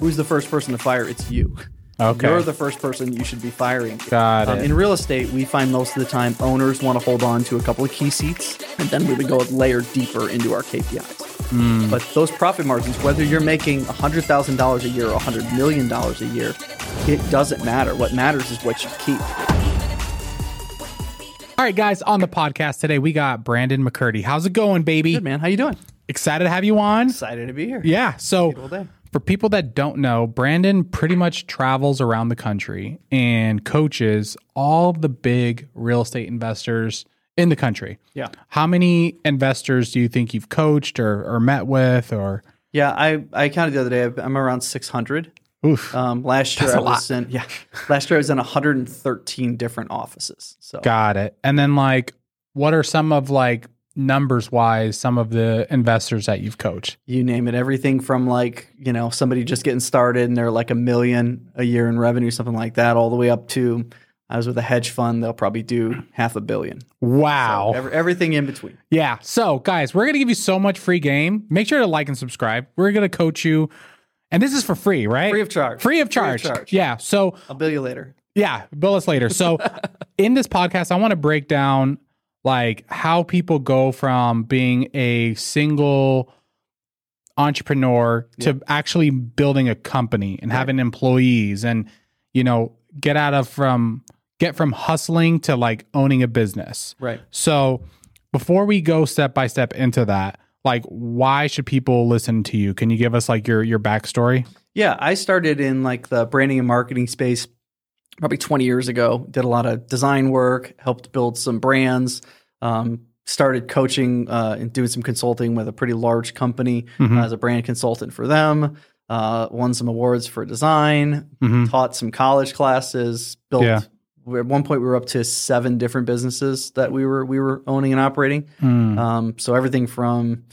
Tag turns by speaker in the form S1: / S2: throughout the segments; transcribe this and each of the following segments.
S1: who's the first person to fire? It's you.
S2: Okay.
S1: You're the first person you should be firing.
S2: Got
S1: Um,
S2: it.
S1: in real estate, we find most of the time owners want to hold on to a couple of key seats, and then we would go a layer deeper into our KPIs.
S2: Hmm.
S1: But those profit margins, whether you're making $100,000 a year or $100 million a year, it doesn't matter. What matters is what you keep.
S2: All right, guys, on the podcast today, we got Brandon McCurdy. How's it going, baby?
S1: Good, man. How you doing?
S2: Excited to have you on.
S1: Excited to be here.
S2: Yeah.
S1: Beautiful
S2: So
S1: day.
S2: for people that don't know, Brandon pretty much travels around the country and coaches all of the big real estate investors in the country.
S1: Yeah.
S2: How many investors do you think you've coached or, or met with or
S1: Yeah, I, I counted the other day. I've- I'm around 600.
S2: oof.
S1: Um, last year
S2: That's
S1: I
S2: a lot.
S1: was in yeah, last year I was in 113 different offices. So
S2: Got it. And then like what are some of like numbers wise some of the investors that you've coached?
S1: you name it everything from like you know somebody just getting started and they're like a million a year in revenue something like that all the way up to i was with a hedge fund they'll probably do half a billion
S2: Wow.
S1: Every, everything in between
S2: Yeah. So, guys, we're going to give you so much free game. Make sure to like and subscribe. We're going to coach you. And this is for free, right?
S1: Free of charge.
S2: Free of
S1: Free of
S2: charge.
S1: charge.
S2: Yeah. So,
S1: i'll bill you later
S2: yeah, bill us later. So, in this podcast, I want to break down like how people go from being a single entrepreneur to actually building a company and having employees and, you know, get out of from get from hustling to like owning a business.
S1: right
S2: So, before we go step by step into that, like why should people listen to you? Can you give us like your your backstory?
S1: yeah i started in like the branding and marketing space probably 20 years ago did a lot of design work helped build some brands um, started coaching uh, and doing some consulting with a pretty large company
S2: Mhm.
S1: as a brand consultant for them uh, won some awards for design
S2: Mhm.
S1: taught some college classes built
S2: Yeah.
S1: we- at one point we were up to seven different businesses that we were we were owning and operating
S2: Mm.
S1: um, so everything from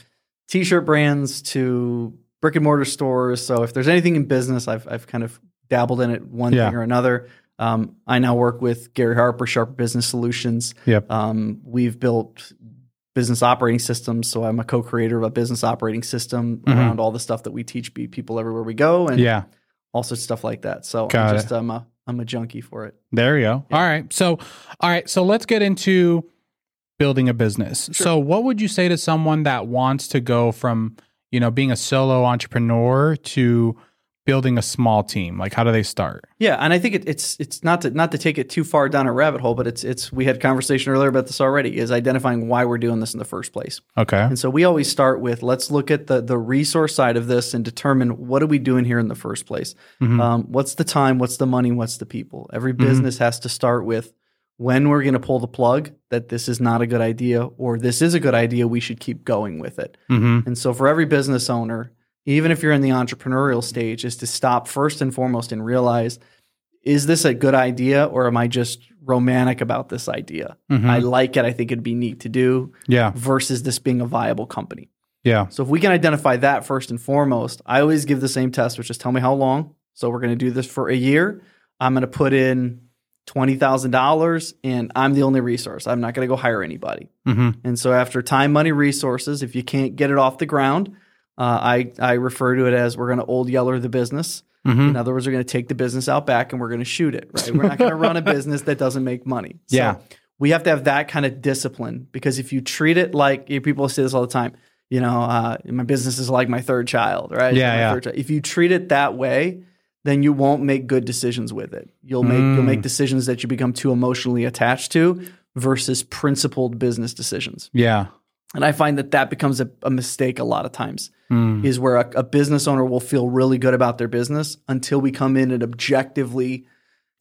S1: t-shirt brands to brick and mortar stores. So if there's anything in business, I've I've kind of dabbled in it one
S2: Yeah.
S1: thing or another. Um, I now work with Gary Harper, Sharper Business Solutions.
S2: Yep.
S1: Um, we've built business operating systems, so I'm a co-creator of a business operating system
S2: Mhm.
S1: around all the stuff that we teach be- people everywhere we go, and
S2: yeah.
S1: all sorts of stuff like that. So
S2: Got
S1: I'm
S2: it.
S1: just I'm a I'm a junkie for it.
S2: There you go. All right. So, all right. So let's get into building a business. So, what would you say to someone that wants to go from you know being a solo entrepreneur to building a small team? Like, how do they start?
S1: Yeah, and I think it, it's it's not to not to take it too far down a rabbit hole, but it's it's we had conversation earlier about this already is identifying why we're doing this in the first place.
S2: Okay.
S1: And so we always start with let's look at the the resource side of this and determine what are we doing here in the first place.
S2: Mhm.
S1: Um, what's the time? What's the money? What's the people? Every business has to start with when we're going to pull the plug that this is not a good idea or this is a good idea. We should keep going with it.
S2: Mm-hmm.
S1: And so for every business owner, even if you're in the entrepreneurial stage, is to stop first and foremost and realize is this a good idea or am I just romantic about this idea?
S2: Mhm.
S1: I like it. I think it'd be neat to do
S2: Yeah.
S1: versus this being a viable company.
S2: Yeah.
S1: So if we can identify that first and foremost, I always give the same test, which is tell me how long. So we're going to do this for a year. I'm going to put in $20,000 and I'm the only resource. I'm not going to go hire anybody.
S2: Mm-hmm.
S1: And so, after time, money, resources, if you can't get it off the ground, uh, I I refer to it as we're going to old yeller the business.
S2: Mhm.
S1: In other words, we're going to take the business out back and we're going to shoot it. Right? We're not going to run a business that doesn't make money. So
S2: Yeah.
S1: we have to have that kind of discipline because if you treat it like you know, people say this all the time, you know, uh, my business is like my third child, right? It's
S2: Yeah,
S1: my
S2: yeah.
S1: third child. If you treat it that way, then you won't make good decisions with it. You'll make you'll
S2: Mm.
S1: make decisions that you become too emotionally attached to versus principled business decisions.
S2: Yeah.
S1: And I find that that becomes a, a mistake a lot of times,
S2: Mm.
S1: is where a, a business owner will feel really good about their business until we come in and objectively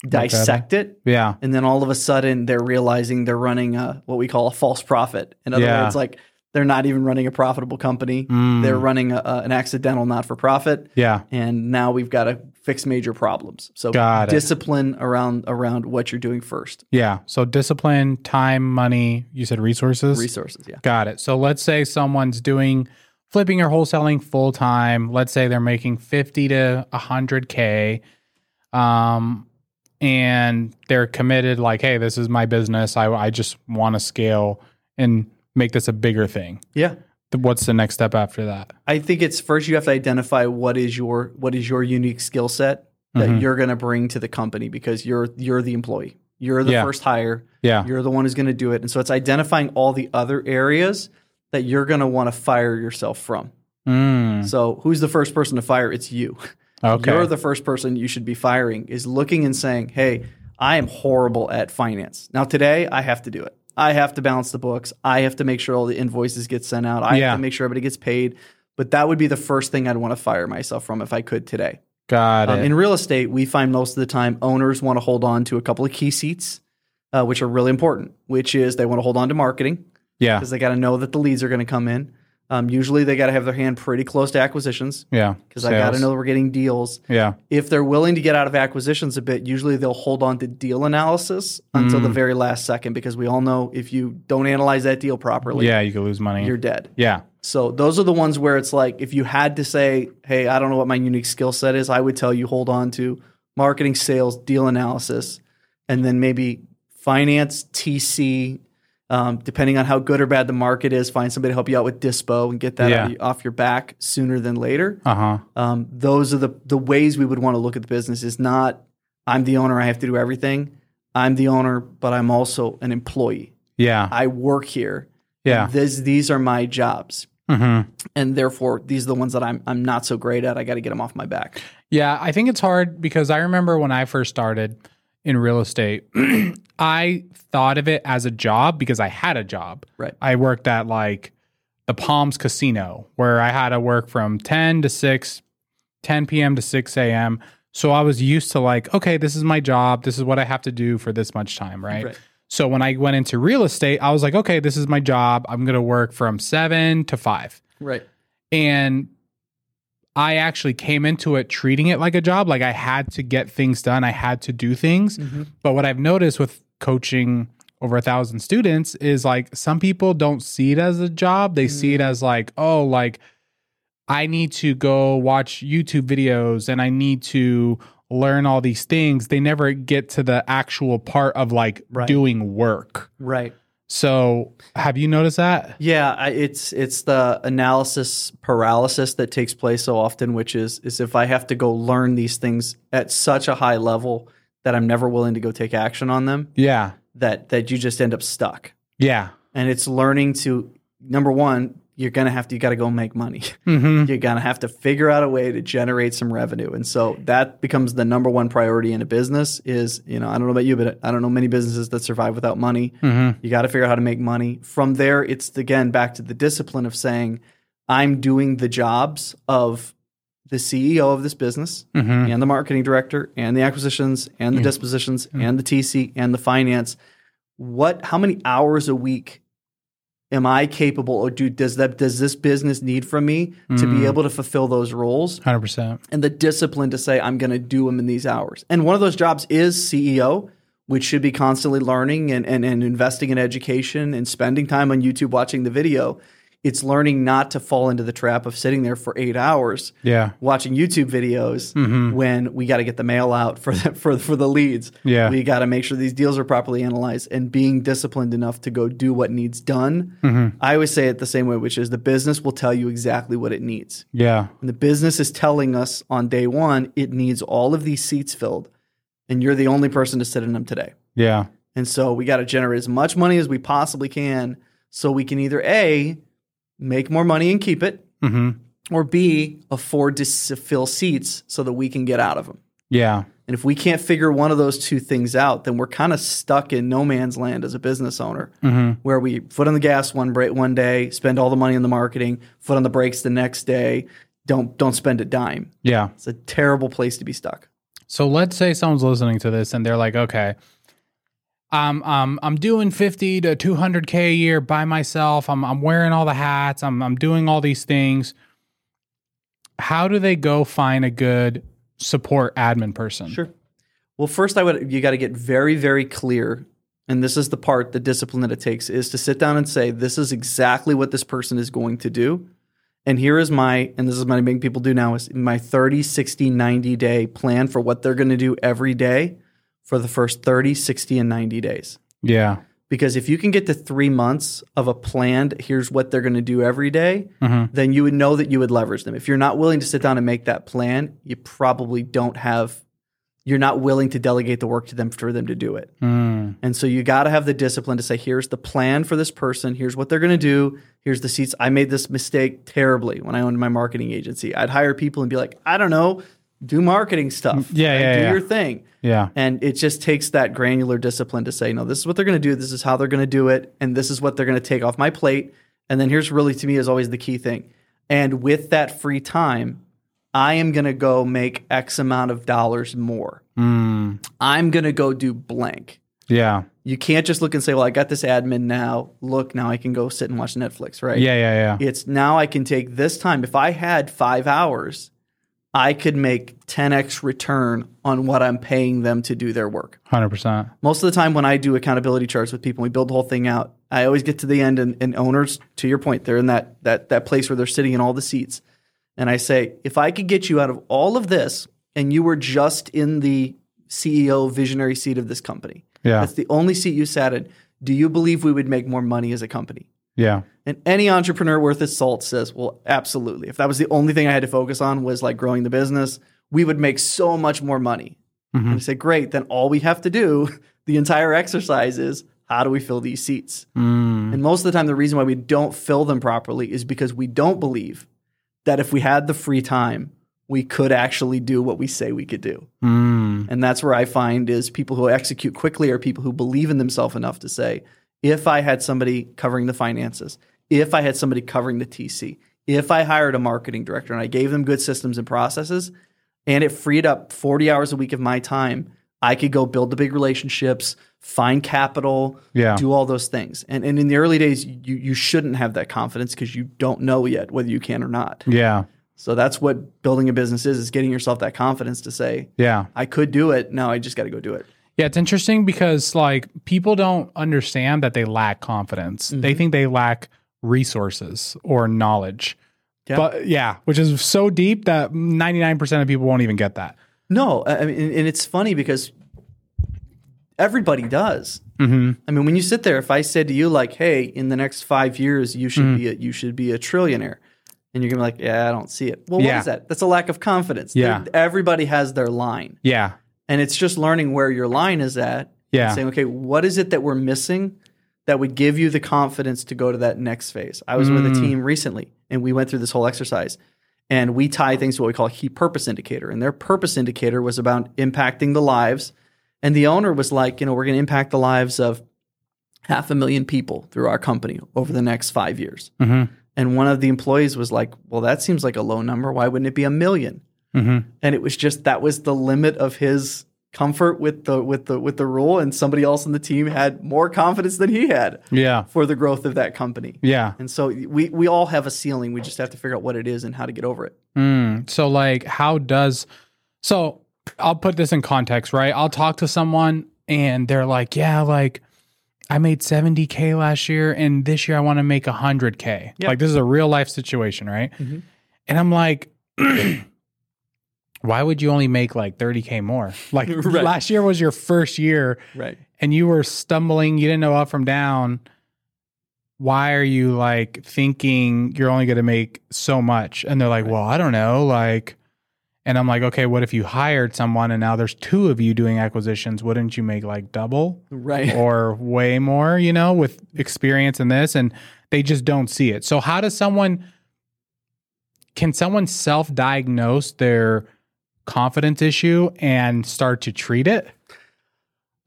S1: dissect it.
S2: Yeah.
S1: And then all of a sudden, they're realizing they're running a, what we call a false profit. In other
S2: Yeah.
S1: words, like they're not even running a profitable company,
S2: Mm.
S1: they're running a, a- an accidental not for profit.
S2: Yeah.
S1: And now we've got to fix major problems. So
S2: Got it.
S1: discipline around around what you're doing first.
S2: Yeah. So discipline, time, money. You said resources.
S1: Resources, yeah.
S2: Got it. So let's say someone's doing flipping or wholesaling full time. Let's say they're making fifty to hundred k, um, and they're committed. Like, hey, this is my business. I I just want to scale and make this a bigger thing.
S1: Yeah.
S2: th- what's the next step after that?
S1: I think it's first you have to identify what is your what is your unique skill set that
S2: Mhm.
S1: you're going to bring to the company because you're you're the employee. You're the
S2: Yeah.
S1: first hire.
S2: Yeah.
S1: You're the one who's going to do it. And so it's identifying all the other areas that you're going to want to fire yourself from.
S2: Mm,
S1: So who's the first person to fire? It's you.
S2: okay.
S1: You're the first person you should be firing is looking and saying, "Hey, I am horrible at finance. Now today I have to do it. I have to balance the books. I have to make sure all the invoices get sent out. I
S2: Yeah.
S1: have to make sure everybody gets paid." But that would be the first thing I'd want to fire myself from if I could today.
S2: Got
S1: Um,
S2: it.
S1: in real estate, we find most of the time owners want to hold on to a couple of key seats, uh, which are really important. Which is they want to hold on to marketing
S2: yeah.
S1: because they got to know that the leads are going to come in. Um, usually, they got to have their hand pretty close to acquisitions
S2: Yeah.
S1: because I got to
S2: Sales.
S1: know that we're getting deals.
S2: Yeah.
S1: If they're willing to get out of acquisitions a bit, usually they'll hold on to deal analysis until
S2: Mm.
S1: the very last second because we all know if you don't analyze that deal properly,
S2: Yeah. You could lose money.
S1: you're dead.
S2: yeah.
S1: So those are the ones where it's like if you had to say, "Hey, I don't know what my unique skill set is," I would tell you hold on to marketing, sales, deal analysis, and then maybe finance, TC. Um, depending on how good or bad the market is, find somebody to help you out with dispo and get that
S2: Yeah.
S1: out of you- off your back sooner than later.
S2: Uh huh.
S1: Um, those are the the ways we would want to look at the business. Is not I'm the owner, I have to do everything. I'm the owner, but I'm also an employee.
S2: Yeah.
S1: I work here.
S2: Yeah.
S1: This, these are my jobs
S2: hmm
S1: and therefore these are the ones that I'm I'm not so great at. I got to get them off my back.
S2: Yeah, I think it's hard because I remember when I first started in real estate, I thought of it as a job because I had a job.
S1: Right.
S2: I worked at like the Palms Casino where I had to work from 10 to 6, 10 p.m. to 6 a.m. So I was used to like, okay, this is my job. This is what I have to do for this much time, right?
S1: Right.
S2: So when I went into real estate, I was like, okay, this is my job. I'm going to work from 7 to 5
S1: Right.
S2: and I actually came into it treating it like a job. Like I had to get things done, I had to do
S1: Mm.
S2: things.
S1: Mm-hmm.
S2: But what I've noticed with coaching over a thousand students is like some people don't see it as a job. They see it as like, oh, like I need to go watch YouTube videos and I need to learn all these things. They never get to the actual part of like
S1: Right.
S2: doing work.
S1: Right.
S2: So have you noticed that?
S1: Yeah, I, it's it's the analysis paralysis that takes place so often, which is is if I have to go learn these things at such a high level that I'm never willing to go take action on them,
S2: Yeah.
S1: that that you just end up stuck.
S2: Yeah.
S1: And it's learning to number one, you're gonna have to you got to go make money.
S2: hmm
S1: you're gonna have to figure out a way to generate some revenue and so that becomes the number one priority in a business is you know i don't know about you but i don't know many businesses that survive without money
S2: hmm
S1: you gotta figure out how to make money from there it's again back to the discipline of saying i'm doing the jobs of the ceo of this business
S2: hmm
S1: and the marketing director and the acquisitions and the dispositions and the tc and the finance what how many hours a week am i capable or do does that does this business need from me to be able to fulfill those roles
S2: Hundred percent.
S1: and the discipline to say i'm going to do them in these hours and one of those jobs is ceo which should be constantly learning and, and, and investing in education and spending time on youtube watching the video it's learning not to fall into the trap of sitting there for eight hours
S2: Yeah.
S1: watching YouTube videos when we got to get the mail out for the, for for the leads.
S2: Yeah.
S1: we got to make sure these deals are properly analyzed and being disciplined enough to go do what needs done.
S2: Mm-hmm.
S1: I always say it the same way, which is the business will tell you exactly what it needs.
S2: Yeah.
S1: And the business is telling us on day one it needs all of these seats filled, and you're the only person to sit in them today.
S2: Yeah.
S1: And so we got to generate as much money as we possibly can, so we can either a make more money and keep it
S2: hmm
S1: or B, afford to s- fill seats so that we can get out of them.
S2: Yeah.
S1: And if we can't figure one of those two things out, then we're kind of stuck in no man's land as a business owner,
S2: Mhm.
S1: where we foot on the gas one break one day, spend all the money on the marketing, foot on the brakes the next day, don't don't spend a dime.
S2: Yeah.
S1: It's a terrible place to be stuck.
S2: So let's say someone's listening to this and they're like, okay, um, um, I'm doing 50 to 200 K a year by myself. I'm, I'm wearing all the hats. I'm, I'm doing all these things. How do they go find a good support admin person?
S1: Sure. Well, first I would you got to get very very clear and this is the part the discipline that it takes is to sit down and say this is exactly what this person is going to do. And here is my and this is what I make people do now is my 30 60 90 day plan for what they're going to do every day for the first 30 60 and 90 days.
S2: Yeah.
S1: Because if you can get to three months of a planned, here's what they're going to do every day,
S2: Mhm.
S1: then you would know that you would leverage them. If you're not willing to sit down and make that plan, you probably don't have, you're not willing to delegate the work to them for them to do it.
S2: Mm.
S1: And so you got to have the discipline to say, here's the plan for this person. Here's what they're going to do. Here's the seats. I made this mistake terribly when I owned my marketing agency. I'd hire people and be like, I don't know, do marketing stuff.
S2: Yeah,
S1: Like,
S2: yeah,
S1: do
S2: yeah.
S1: your thing.
S2: Yeah.
S1: And it just takes that granular discipline to say, no, this is what they're going to do. This is how they're going to do it. And this is what they're going to take off my plate. And then here's really, to me, is always the key thing. And with that free time, I am going to go make X amount of dollars more.
S2: Mm.
S1: I'm going to go do blank.
S2: Yeah.
S1: You can't just look and say, well, I got this admin now. Look, now I can go sit and watch Netflix, right?
S2: Yeah. Yeah. Yeah.
S1: It's now I can take this time. If I had five hours, I could make 10x return on what I'm paying them to do their work
S2: Hundred percent.
S1: most of the time when I do accountability charts with people, we build the whole thing out. I always get to the end, and, and owners, to your point, they're in that that that place where they're sitting in all the seats, and I say, if I could get you out of all of this, and you were just in the CEO visionary seat of this company,
S2: Yeah.
S1: that's the only seat you sat in. Do you believe we would make more money as a company?
S2: Yeah.
S1: And any entrepreneur worth his salt says, well, absolutely. If that was the only thing I had to focus on was like growing the business, we would make so much more money.
S2: Mhm.
S1: And I say, great, then all we have to do, the entire exercise is how do we fill these seats?
S2: Mm.
S1: And most of the time, the reason why we don't fill them properly is because we don't believe that if we had the free time, we could actually do what we say we could do.
S2: Mm.
S1: And that's where I find is people who execute quickly are people who believe in themselves enough to say, if I had somebody covering the finances, if I had somebody covering the TC, if I hired a marketing director and I gave them good systems and processes, and it freed up 40 hours a week of my time, I could go build the big relationships, find capital,
S2: Yeah.
S1: do all those things. And, and in the early days, you, you shouldn't have that confidence because you don't know yet whether you can or not.
S2: Yeah.
S1: So that's what building a business is, is getting yourself that confidence to say,
S2: Yeah.
S1: I could do it. Now I just got to go do it.
S2: Yeah, it's interesting because like people don't understand that they lack confidence. They think they lack resources or knowledge.
S1: Yeah.
S2: But yeah, which is so deep that 99% of people won't even get that.
S1: No, I I mean, and- and it's funny because everybody does.
S2: Mhm.
S1: I mean, when you sit there, if I said to you like, "Hey, in the next five years, you should
S2: Mm-hmm.
S1: be a, you should be a trillionaire," and you're gonna be like, "Yeah, I don't see it." Well, what
S2: Yeah.
S1: is that? That's a lack of confidence.
S2: Yeah.
S1: There- everybody has their line,
S2: Yeah.
S1: and it's just learning where your line is at.
S2: Yeah.
S1: and saying, "Okay, what is it that we're missing?" That would give you the confidence to go to that next phase. I was with a team recently and we went through this whole exercise. and we tie things to what we call a key purpose indicator. And their purpose indicator was about impacting the lives. And the owner was like, you know, we're going to impact the lives of half a million people through our company over the next five years.
S2: Mhm.
S1: And one of the employees was like, well, that seems like a low number. Why wouldn't it be a 1000000
S2: Mhm.
S1: And it was just that was the limit of his comfort with the with the with the rule. And somebody else on the team had more confidence than he had
S2: Yeah.
S1: for the growth of that company.
S2: Yeah.
S1: And so we we all have a ceiling. We just have to figure out what it is and how to get over it.
S2: Mm. So like how does so I'll put this in context, right? I'll talk to someone and they're like, "Yeah, like I made 70k last year and this year I want to make 100k."
S1: Yeah.
S2: Like this is a real life situation, right?
S1: Mhm.
S2: And I'm like why would you only make like 30k more? Like
S1: Right.
S2: last year was your first year
S1: Right.
S2: and you were stumbling, you didn't know up from down, why are you like thinking you're only going to make so much? And they're like, well, I don't know. Like, and I'm like, okay, what if you hired someone and now there's two of you doing acquisitions? Wouldn't you make like double
S1: Right.
S2: or way more, you know, with experience in this? And they just don't see it. So, how does someone, can someone self diagnose their confidence issue and start to treat it?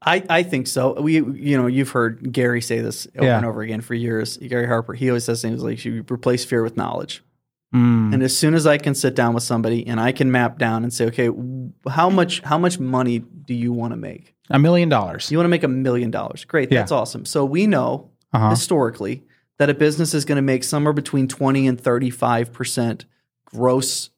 S1: I, I think so. We you know you've heard Gary say this over
S2: Yeah.
S1: and over again for years. Gary Harper he always says things like you replace fear with knowledge.
S2: Mm.
S1: And as soon as I can sit down with somebody and I can map down and say, okay, w- how much how much money do you want to make?
S2: A million dollars.
S1: You want to make a million dollars. Great,
S2: Yeah.
S1: that's awesome. So we know
S2: Uh-huh.
S1: historically that a business is going to make somewhere between twenty and thirty five percent gross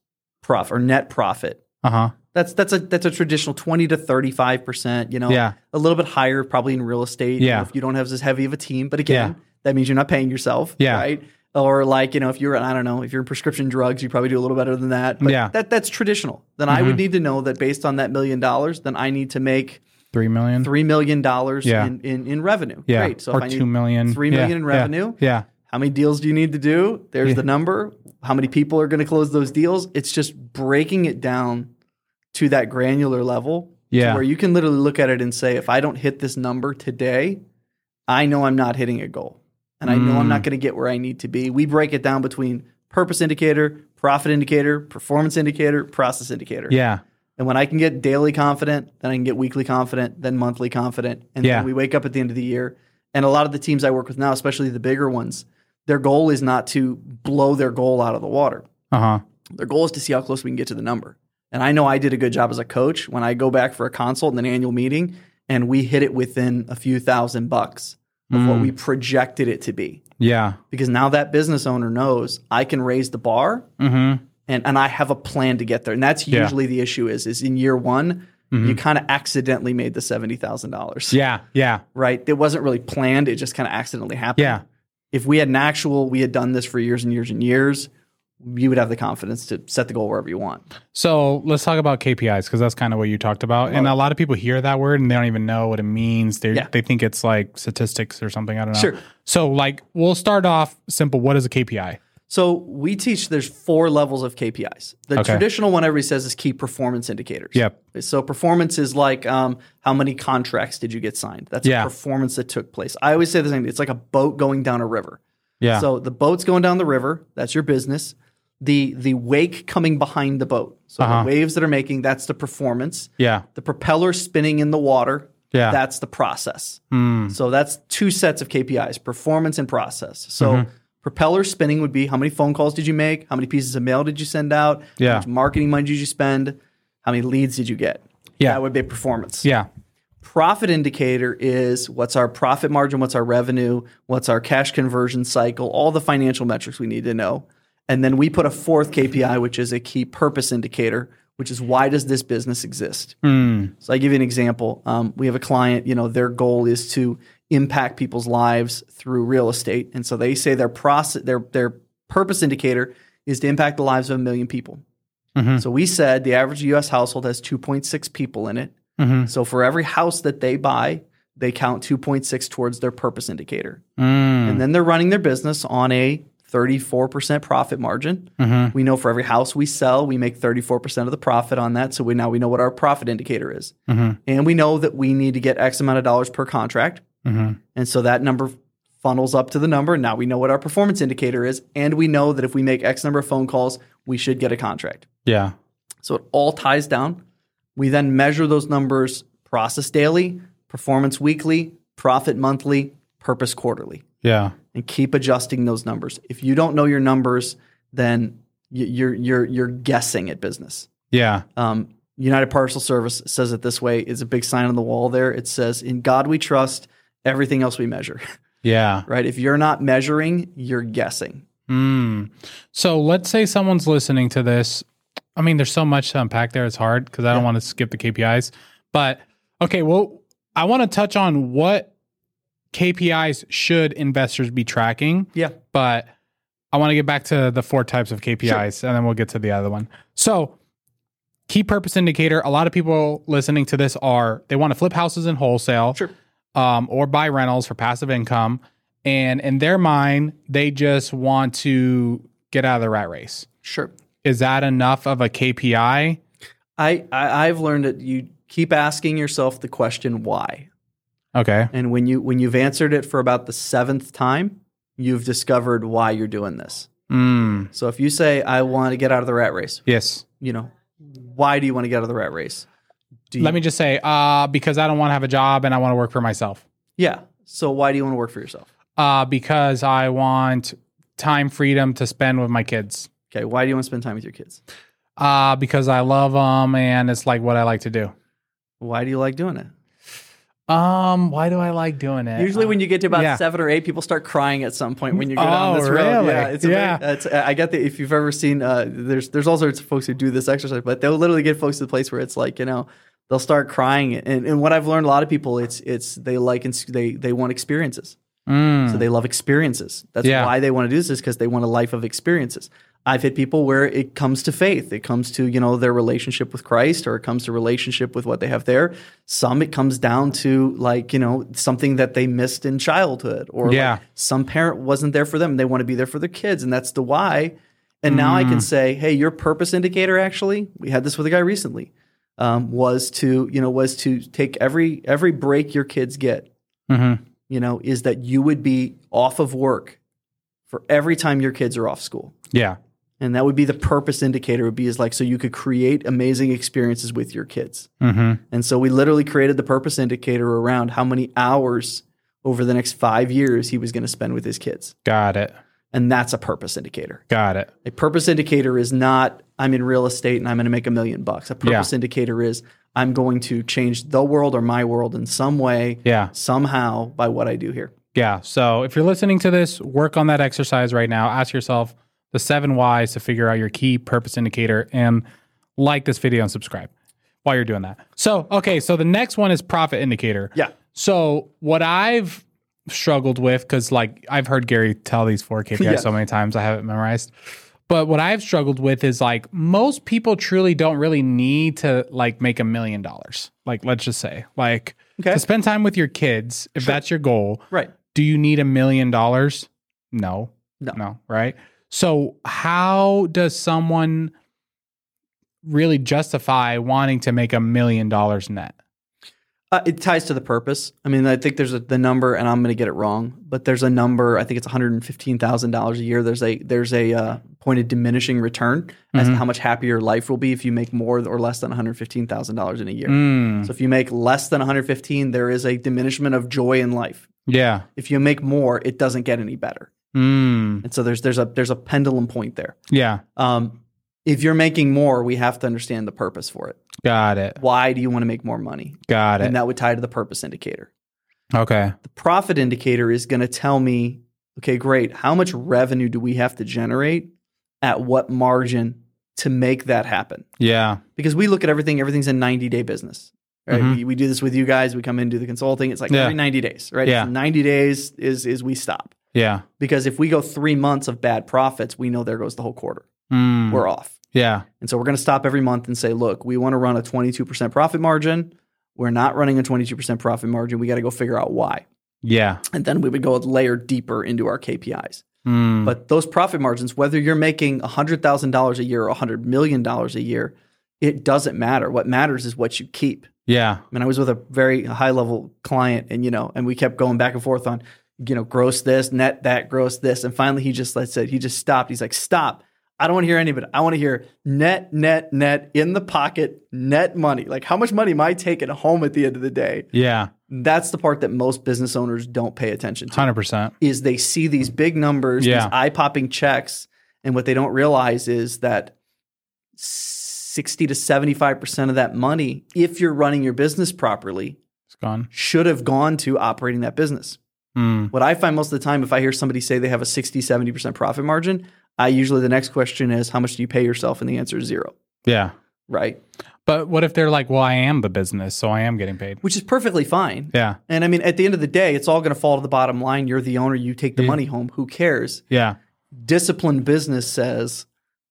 S1: profit or net profit.
S2: Uh huh.
S1: That's that's a that's a traditional twenty to thirty five percent. You know,
S2: Yeah.
S1: a little bit higher probably in real estate. you know,
S2: Yeah.
S1: if you don't have as heavy of a team, but again,
S2: Yeah.
S1: that means you're not paying yourself.
S2: Yeah.
S1: Right. Or like, you know, if you're, I don't know, if you're in prescription drugs, you probably do a little better than that. But
S2: Yeah. Mm-hmm.
S1: that, that's traditional. Then I would need to know that based on that million dollars, then I need to make
S2: three million.
S1: three million dollars
S2: Yeah.
S1: in, in, in revenue.
S2: yeah,
S1: Great. So
S2: or
S1: if I need
S2: two million.
S1: three
S2: Yeah,
S1: million in
S2: yeah,
S1: revenue,
S2: Yeah,
S1: how many deals do you need to do? There's
S2: Yeah.
S1: the number. How many people are going to close those deals? It's just breaking it down to that granular level to
S2: Yeah.
S1: where you can literally look at it and say, if I don't hit this number today, I know I'm not hitting a goal. And I know I'm
S2: Mm.
S1: not going to get where I need to be. We break it down between purpose indicator, profit indicator, performance indicator, process indicator.
S2: yeah,
S1: And when I can get daily confident, then I can get weekly confident, then monthly confident. And
S2: Yeah.
S1: then we wake up at the end of the year. And a lot of the teams I work with now, especially the bigger ones, their goal is not to blow their goal out of the water.
S2: uh huh,
S1: Their goal is to see how close we can get to the number. And I know I did a good job as a coach when I go back for a consult and an annual meeting and we hit it within a few thousand bucks of what we projected it to be.
S2: yeah,
S1: Because now that business owner knows I can raise the bar
S2: mm-hmm,
S1: and and I have a plan to get there. And that's
S2: Yeah. Mm-hmm.
S1: usually the issue is is in year one you kind of accidentally made the seventy thousand dollars.
S2: yeah, yeah,
S1: Right. It wasn't really planned. It just kind of accidentally happened.
S2: yeah,
S1: If we had an actual, we had done this for years and years and years, you would have the confidence to set the goal wherever you want.
S2: So let's talk about KPIs because that's kind of what you talked about, and a lot of people hear that word and they don't even know what it means. They
S1: Oh. Yeah.
S2: they think it's like statistics or something. I don't know.
S1: Sure.
S2: So like we'll start off simple. What is a KPI?
S1: So we teach there's four levels of KPIs. The
S2: Okay.
S1: traditional one everybody says is key performance indicators.
S2: Yep.
S1: So performance is like um, how many contracts did you get signed? That's
S2: Yeah.
S1: a performance that took place. I always say the same. It's like a boat going down a river.
S2: Yeah.
S1: So the boat's going down the river. That's your business. The the wake coming behind the boat. So
S2: Uh-huh.
S1: the waves that are making that's the performance.
S2: yeah.
S1: The propeller spinning in the water.
S2: Yeah.
S1: That's the process.
S2: Mm.
S1: So that's two sets of KPIs: performance and process. So
S2: Mm-hmm.
S1: propeller spinning would be how many phone calls did you make? How many pieces of mail did you send out?
S2: Yeah.
S1: How much marketing money did you spend? How many leads did you get?
S2: Yeah.
S1: That would be performance
S2: Yeah.
S1: profit indicator is what's our profit margin, what's our revenue, what's our cash conversion cycle, all the financial metrics we need to know. And then we put a fourth KPI, which is a key purpose indicator, which is why does this business exist? So I give you an example. Um, we have a client, you know, their goal is to impact people's lives through real estate, and so they say their process, their their purpose indicator is to impact the lives of a million people. So we said the average U.S. household has 2.6 people in it. So for every house that they buy, they count 2.6 towards their purpose indicator.
S2: Mm-hmm.
S1: And then they're running their business on a 34% profit margin. We know for every house we sell, we make 34% of the profit on that. So we now we know what our profit indicator is. And we know that we need to get X amount of dollars per contract.
S2: Mm-hmm.
S1: And so that number funnels up to the number. Now we know what our performance indicator is. And we know that if we make X number of phone calls, we should get a contract.
S2: Yeah.
S1: So it all ties down. We then measure those numbers process daily, performance weekly, profit monthly, purpose quarterly,
S2: Yeah.
S1: and keep adjusting those numbers. If you don't know your numbers, then y- you're you're you're guessing at business.
S2: Yeah.
S1: Um, United Parcel Service says it this way. It's a big sign on the wall there. It says, "In God we trust. Everything else we measure."
S2: Yeah.
S1: right? If you're not measuring, you're guessing.
S2: Mm. So let's say someone's listening to this. I mean, there's so much to unpack there. It's hard because I don't want to skip the KPIs. But okay, well, I want to touch on what KPIs should investors be tracking.
S1: Yeah.
S2: But I want to get back to the four types of KPIs and then we'll get to the other one. So, key purpose indicator a lot of people listening to this are they want to flip houses in wholesale
S1: Sure.
S2: um, or buy rentals for passive income. And in their mind, they just want to get out of the rat race.
S1: Sure.
S2: Is that enough of a KPI?
S1: I, I I've learned that you keep asking yourself the question why.
S2: Okay.
S1: And when you when you've answered it for about the seventh time, you've discovered why you're doing this.
S2: Mm.
S1: So if you say, "I want to get out of the rat race,"
S2: Yes.
S1: you know, why do you want to get out of the rat race? Do you,
S2: Let me just say, uh, because I don't want to have a job and I want to work for myself.
S1: Yeah. So why do you want to work for yourself?
S2: Uh, because I want time freedom to spend with my kids.
S1: Okay. Why do you want to spend time with your kids?
S2: Uh, because I love them and it's like what I like to do.
S1: Why do you like doing it?
S2: Um, why do I like doing it?
S1: Usually, when you get to about
S2: yeah.
S1: seven or eight, people start crying at some point when you go
S2: Oh,
S1: down this road.
S2: really?
S1: Yeah, it's, ama-
S2: Yeah.
S1: it's uh, I get that if you've ever seen, uh, there's there's all sorts of folks who do this exercise, but they'll literally get folks to the place where it's like you know they'll start crying. And, and what I've learned, a lot of people, it's it's they like and s- they they want experiences,
S2: Mm.
S1: so they love experiences. That's
S2: Yeah.
S1: why they want to do this is because they want a life of experiences. I've hit people where it comes to faith. It comes to, you know, their relationship with Christ or it comes to relationship with what they have there. Some it comes down to like, you know, something that they missed in childhood or like,
S2: Yeah.
S1: some parent wasn't there for them. They want to be there for their kids and that's the why. And now I
S2: Mm.
S1: can say, hey, your purpose indicator actually, we had this with a guy recently, um, was to, you know, was to take every every break your kids get
S2: Mm-hmm.
S1: you know, is that you would be off of work for every time your kids are off school.
S2: Yeah.
S1: And that would be the purpose indicator would be is like so you could create amazing experiences with your kids.
S2: Mm-hmm.
S1: And so we literally created the purpose indicator around how many hours over the next 5 years he was going to spend with his kids.
S2: Got it.
S1: And that's a purpose indicator.
S2: Got it.
S1: A purpose indicator is not I'm in real estate and I'm going to make a million bucks. A purpose indicator is I'm going to change the world or my world in some way
S2: Yeah.
S1: somehow by what I do here.
S2: Yeah. So if you're listening to this, work on that exercise right now. Ask yourself the seven whys to figure out your key purpose indicator and like this video and subscribe while you're doing that. So, okay. So the next one is profit indicator.
S1: Yeah.
S2: So what I've struggled with, because like I've heard Gary tell these four KPIs
S1: Yeah.
S2: so many times, I haven't memorized. But what I've struggled with is like most people truly don't really need to like make a million dollars. Like let's just say like
S1: Okay.
S2: to spend time with your kids if that's your goal.
S1: Right.
S2: Do you need a million dollars? No.
S1: No.
S2: No, right? So how does someone really justify wanting to make a million dollars net?
S1: Uh, it ties to the purpose. I mean, I think there's a, the number, and I'm going to get it wrong, but there's a number. I think it's 115 thousand dollars a year. There's a there's a uh, point of diminishing return as
S2: Mm-hmm.
S1: to how much happier life will be if you make more or less than 115 thousand dollars in a year.
S2: Mm,
S1: So if you make less than 115, there is a diminishment of joy in life.
S2: yeah.
S1: If you make more, it doesn't get any better.
S2: Mm,
S1: And so there's there's a there's a pendulum point there.
S2: yeah.
S1: Um, if you're making more, we have to understand the purpose for it.
S2: Got it.
S1: Why do you want to make more money?
S2: Got it.
S1: And that would tie to the purpose indicator.
S2: Okay.
S1: the profit indicator is going to tell me, okay, great, how much revenue do we have to generate at what margin to make that happen?
S2: Yeah.
S1: Because we look at everything, everything's a 90 day business. Right?
S2: Mhm.
S1: We, we do this with you guys. We come in, do the consulting. It's like
S2: Yeah.
S1: every 90 days, right?
S2: Yeah.
S1: 90 days is, is we stop.
S2: Yeah.
S1: Because if we go three months of bad profits, we know there goes the whole quarter.
S2: Mm,
S1: We're off.
S2: yeah.
S1: And so we're going to stop every month and say, look, we want to run a 22% profit margin. We're not running a 22% profit margin. We got to go figure out why.
S2: Yeah.
S1: And then we would go a layer deeper into our KPIs.
S2: Mm,
S1: But those profit margins, whether you're making $100,000 a year or $100 million a year, it doesn't matter. What matters is what you keep.
S2: yeah.
S1: I mean, I was with a very high level client and, you know, and we kept going back and forth on, you know, gross this, net that, gross this. And finally he just, like I said, he just stopped. He's like, stop. I don't want to hear any of it. I want to hear net, net, net in the pocket, net money. Like how much money am I taking home at the end of the day?
S2: Yeah.
S1: That's the part that most business owners don't pay attention to
S2: 100%.
S1: is they see these big numbers,
S2: Yeah.
S1: these eye popping checks, and what they don't realize is that sixty to seventy five percent of that money, if you're running your business properly,
S2: It's gone.
S1: should have gone to operating that business.
S2: Mm,
S1: What I find most of the time, if I hear somebody say they have a 60, 70% profit margin, I usually the next question is, How much do you pay yourself? And the answer is zero,
S2: yeah.
S1: right?
S2: But what if they're like, well, I am the business, so I am getting paid?
S1: Which is perfectly fine.
S2: Yeah.
S1: And I mean, at the end of the day, it's all going to fall to the bottom line. You're the owner, you take the money home. Who cares?
S2: Yeah.
S1: disciplined business says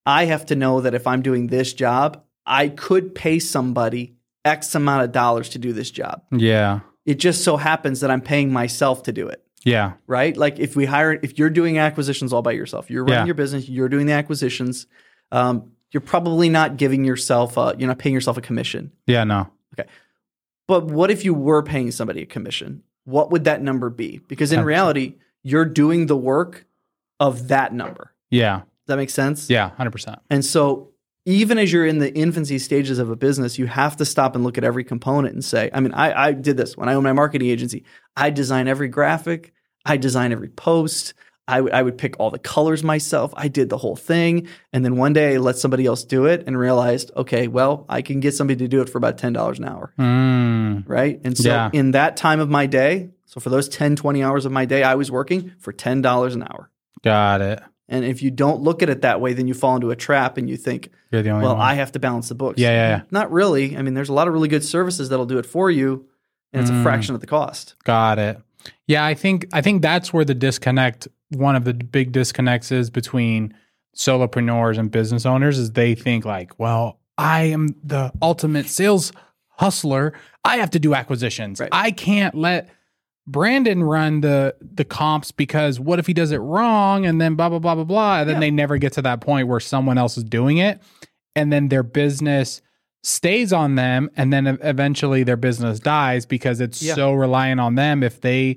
S1: I have to know that if I'm doing this job, I could pay somebody X amount of dollars to do this job.
S2: Yeah.
S1: It just so happens that I'm paying myself to do it,
S2: Yeah.
S1: right? Like if we hire, if you're doing acquisitions all by yourself, you're running
S2: Yeah.
S1: your business, you're doing the acquisitions, um, you're probably not giving yourself, a, you're not paying yourself a commission.
S2: Yeah. No.
S1: But what if you were paying somebody a commission? What would that number be? Because in reality, you're doing the work of that number.
S2: Yeah.
S1: Does that make sense?
S2: Yeah. 100%.
S1: And so, even as you're in the infancy stages of a business, you have to stop and look at every component and say, I mean, I, I did this when I owned my marketing agency. I design every graphic, I design every post. I would- I would pick all the colors myself. I did the whole thing. And then one day I let somebody else do it and realized, okay, well, I can get somebody to do it for about $10 an hour.
S2: Mm,
S1: Right. And so
S2: Yeah.
S1: in that time of my day, so for those 10, 20 hours of my day, I was working for $10 an hour.
S2: got it.
S1: And if you don't look at it that way, then you fall into a trap and you think,
S2: You're the only
S1: well,
S2: one.
S1: I have to balance the books.
S2: Yeah, yeah, yeah.
S1: Not really. I mean, there's a lot of really good services that'll do it for you, and it's a
S2: Mm.
S1: fraction of the cost.
S2: Got it. Yeah, I think I think that's where the disconnect, one of the big disconnects is between solopreneurs and business owners is they think like, well, I am the ultimate sales hustler. I have to do acquisitions.
S1: Right.
S2: I can't let Brandon run the the comps because what if he does it wrong and then blah blah blah blah blah and then
S1: Yeah.
S2: they never get to that point where someone else is doing it and then their business stays on them and then ev- eventually their business dies because it's
S1: Yeah.
S2: so reliant on them if they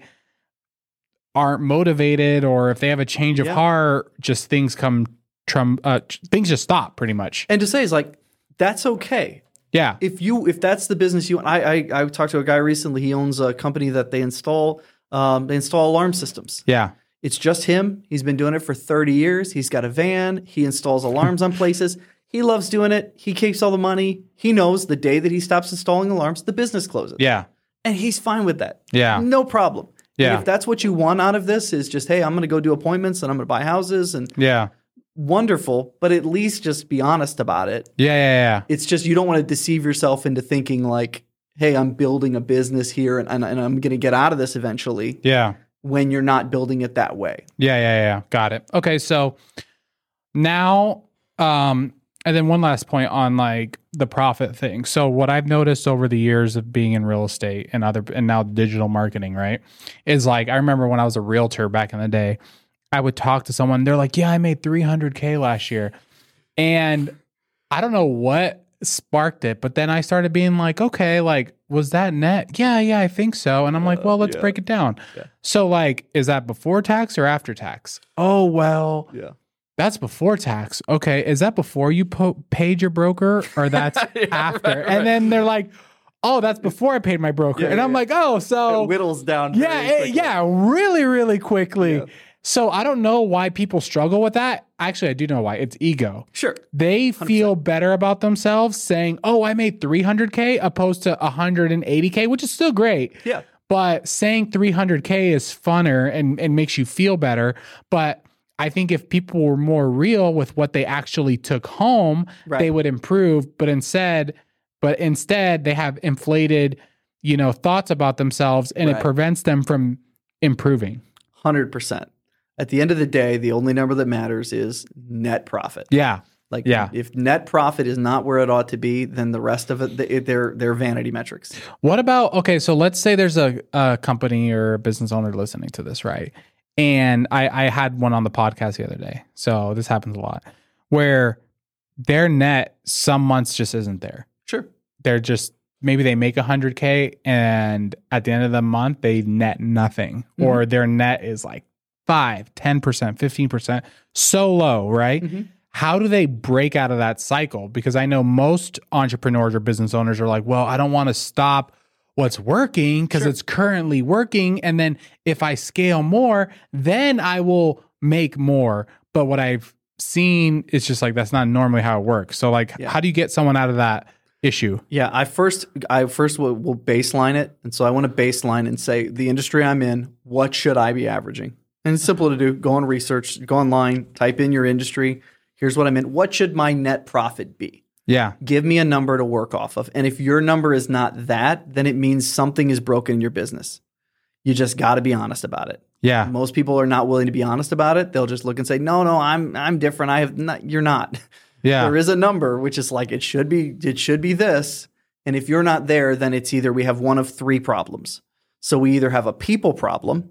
S2: aren't motivated or if they have a change of
S1: Yeah.
S2: heart just things come trum uh, tr- things just stop pretty much
S1: And to say is like, that's okay.
S2: yeah
S1: if you if that's the business you I I, I talked to a guy recently. He owns a company that they install um, they install alarm systems.
S2: yeah
S1: It's just him. He's been doing it for 30 years. He's got a van. He installs alarms on places. He loves doing it. He keeps all the money. He knows the day that he stops installing alarms, the business closes.
S2: yeah
S1: And he's fine with that.
S2: Yeah.
S1: No problem. And
S2: Yeah.
S1: if that's what you want out of this is just, hey, I'm going to go do appointments and I'm going to buy houses and
S2: yeah
S1: wonderful, but at least just be honest about it
S2: yeah yeah
S1: it's just you don't want to deceive yourself into thinking like hey i'm building a business here and, and, and i'm going to get out of this eventually
S2: yeah yeah
S1: when you're not building it that way
S2: Yeah, yeah, yeah. Got it. Okay, so now um and then one last point on like the profit thing. So what I've noticed over the years of being in real estate and other and now digital marketing, right? Is like I remember when I was a realtor back in the day, I would talk to someone, they're like, "Yeah, I made 300k last year." And I don't know what sparked it, but then I started being like, "Okay, like was that net?" "Yeah, yeah, I think so." And I'm like, "Well, let's
S1: Uh, yeah.
S2: break it down."
S1: Yeah.
S2: So like, is that before tax or after tax? Oh, well,
S1: yeah
S2: that's before tax. Okay, is that before you po- paid your broker or that's after?
S1: right, right.
S2: And then they're like, "Oh, that's before I paid my broker."
S1: Yeah,
S2: and
S1: yeah,
S2: I'm
S1: yeah.
S2: like, "Oh, so
S1: it whittles down
S2: yeah,
S1: very
S2: it-
S1: quickly.
S2: yeah, really, really quickly.
S1: Yeah.
S2: So I don't know why people struggle with that. Actually, I do know why. It's ego.
S1: sure
S2: They feel better about themselves saying, "Oh, I made 300k opposed to 180k," which is still great.
S1: yeah
S2: But saying 300k is funner and and makes you feel better, but I think if people were more real with what they actually took home,
S1: Right.
S2: they would improve, but instead but instead they have inflated, you know, thoughts about themselves and it
S1: Right.
S2: prevents them from improving.
S1: 100% at the end of the day the only number that matters is net profit
S2: Yeah.
S1: like
S2: yeah.
S1: if net profit is not where it ought to be then the rest of it th- they're they're vanity metrics
S2: What about okay? So let's say there's a, a company or a business owner listening to this, right? And I, I had one on the podcast the other day. So this happens a lot where their net some months just isn't there.
S1: sure
S2: They're just maybe they make 100K and at the end of the month they net nothing
S1: Mm-hmm.
S2: or their net is like 5, 10%, 15%, so low, right?
S1: Mhm.
S2: How do they break out of that cycle? Because I know most entrepreneurs or business owners are like, well, I don't want to stop what's working because
S1: Sure.
S2: it's currently working. And then if I scale more, then I will make more. But what I've seen is just like, that's not normally how it works. So, like,
S1: Yeah.
S2: how do you get someone out of that issue?
S1: Yeah, I first I first will, will baseline it, and so I want to baseline and say the industry I'm in, what should I be averaging? And it's simple to do. Go on research, go online, type in your industry. Here's what I'm in. What should my net profit be?
S2: Yeah.
S1: Give me a number to work off of. And if your number is not that, then it means something is broken in your business. You just got to be honest about it.
S2: Yeah.
S1: Most people are not willing to be honest about it. They'll just look and say, "No, no, I'm I'm different. I have not you're not."
S2: Yeah.
S1: there is a number which is like it should be it should be this and if you're not there then it's either we have one of three problems so we either have a people problem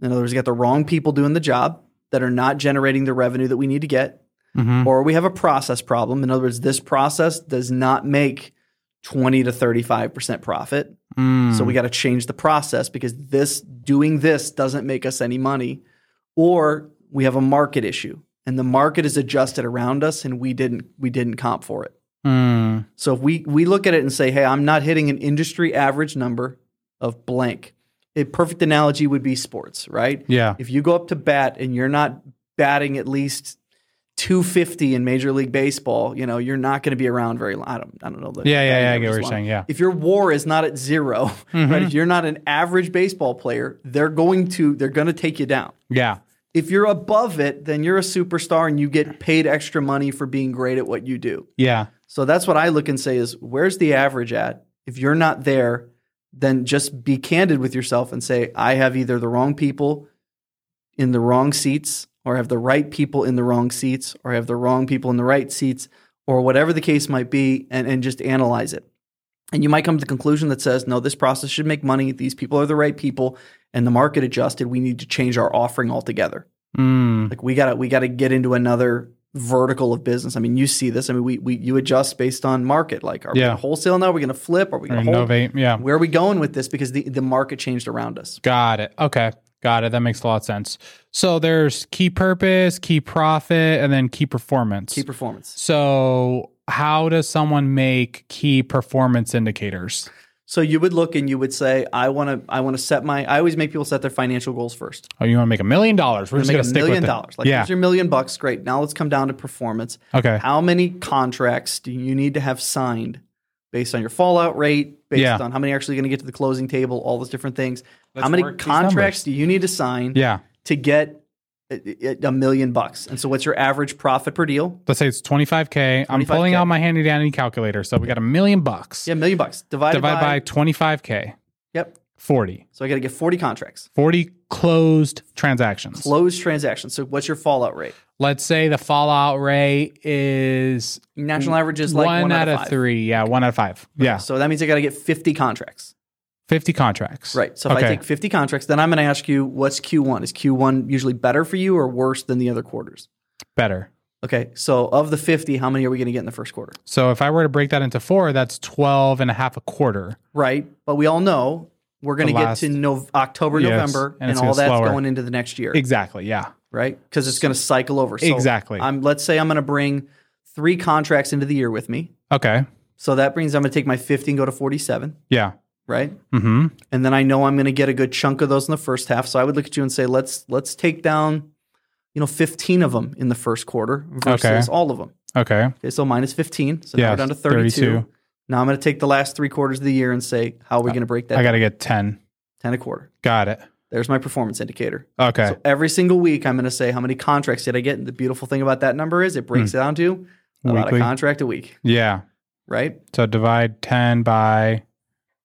S1: in other words we got the wrong people doing the job that are not generating the revenue that we need to get
S2: Mhm.
S1: or we have a process problem in other words this process does not make 20 to 35% profit
S2: Mm.
S1: so we got to change the process because this doing this doesn't make us any money. Or we have a market issue and the market is adjusted around us and we didn't we didn't comp for it.
S2: Mm.
S1: So if we we look at it and say, "Hey, I'm not hitting an industry average number of blank." A perfect analogy would be sports, right?
S2: Yeah.
S1: If you go up to bat and you're not batting at least 250 in Major League Baseball, you know, you're not going to be around very long. I don't I don't know the
S2: Yeah. Yeah.
S1: batting
S2: Yeah. I
S1: average is
S2: get what you're
S1: long
S2: saying. Yeah. Mm-hmm.
S1: if your war is not at 0 right if you're not an average baseball player they're going to they're going to take you down
S2: Yeah.
S1: if you're above it then you're a superstar and you get paid extra money for being great at what you do
S2: Yeah.
S1: so that's what i look and say is where's the average at if you're not there then just be candid with yourself and say i have either the wrong people in the wrong seats or have the right people in the wrong seats or have the wrong people in the right seats or whatever the case might be and, and just analyze it. And you might come to the conclusion that says, no, this process should make money. These people are the right people. And the market adjusted. We need to change our offering altogether.
S2: Mm.
S1: Like we gotta we gotta get into another vertical of business. I mean, you see this. I mean, we, we you adjust based on market. Like, are we
S2: Yeah.
S1: gonna wholesale now? Are we gonna flip? Are we
S2: Or
S1: gonna hold?
S2: innovate. Yeah.
S1: Where are we going with this? Because the, the market changed around us.
S2: Got it. Okay. Got it. That makes a lot of sense. So there's key purpose, key profit, and then key performance.
S1: Key performance.
S2: so how does someone make key performance indicators?
S1: So you would look and you would say, I wanna I wanna set my I always make people set their financial goals first.
S2: Oh, you want to make a million dollars? We're just
S1: make
S2: going
S1: a
S2: to stick
S1: million
S2: with it.
S1: dollars. Like
S2: yeah.
S1: here's your million bucks. Great. Now let's come down to performance.
S2: okay.
S1: How many contracts do you need to have signed based on your fallout rate, based
S2: Yeah.
S1: on how many are actually going to get to the closing table, all those different things? how
S2: Let's
S1: many
S2: work these
S1: contracts
S2: numbers.
S1: do you need to sign
S2: Yeah.
S1: to get a, a- a million bucks? And so what's your average profit per deal?
S2: Let's say it's 25K. I'm
S1: 25K.
S2: pulling out my handy dandy calculator. So we got a million bucks.
S1: Yeah, million bucks divided
S2: Divide
S1: by,
S2: by 25K,
S1: Yep.
S2: 40.
S1: So I got to get 40 contracts.
S2: 40 closed transactions.
S1: Closed transactions. So what's your fallout rate?
S2: Let's say the fallout rate is
S1: National average is like one,
S2: Mm, out of
S1: five.
S2: three. Yeah, one out of five. Yeah,
S1: So that means I got to get 50 contracts.
S2: 50 contracts.
S1: Right. So if I
S2: Okay.
S1: take 50 contracts, then I'm going to ask you, what's Q1? Is Q1 usually better for you or worse than the other quarters?
S2: Better.
S1: Okay. So of the 50, how many are we going to get in the first quarter?
S2: So if I were to break that into four, that's 12 and a half a quarter.
S1: Right. But we all know we're going to
S2: The
S1: get
S2: last-
S1: to no- October,
S2: Yes,
S1: November,
S2: and
S1: and,
S2: it's
S1: all
S2: gonna
S1: that's
S2: slower.
S1: going into the next year,
S2: Exactly. Yeah.
S1: right? Because it's going to cycle over. So
S2: exactly.
S1: I'm, let's say I'm going to bring three contracts into the year with me.
S2: okay.
S1: So that means I'm going to take my 50 and go to 47,
S2: Yeah.
S1: right?
S2: Mm-hmm.
S1: and then I know I'm going to get a good chunk of those in the first half. So I would look at you and say, let's let's take down, you know, 15 of them in the first quarter versus
S2: Okay.
S1: all of them.
S2: Okay.
S1: Okay, so minus 15, so now
S2: Yeah,
S1: we're down to 32.
S2: 32.
S1: Now I'm going to take the last three quarters of the year and say, how are we going to break that?
S2: I got to get 10.
S1: 10 a quarter.
S2: Got it.
S1: There's my performance indicator.
S2: Okay.
S1: So every single week, I'm going to say how many contracts did I get. And the beautiful thing about that number is it breaks it down to about a
S2: Hmm. Weekly.
S1: contract a week,
S2: yeah.
S1: right?
S2: So divide 10 by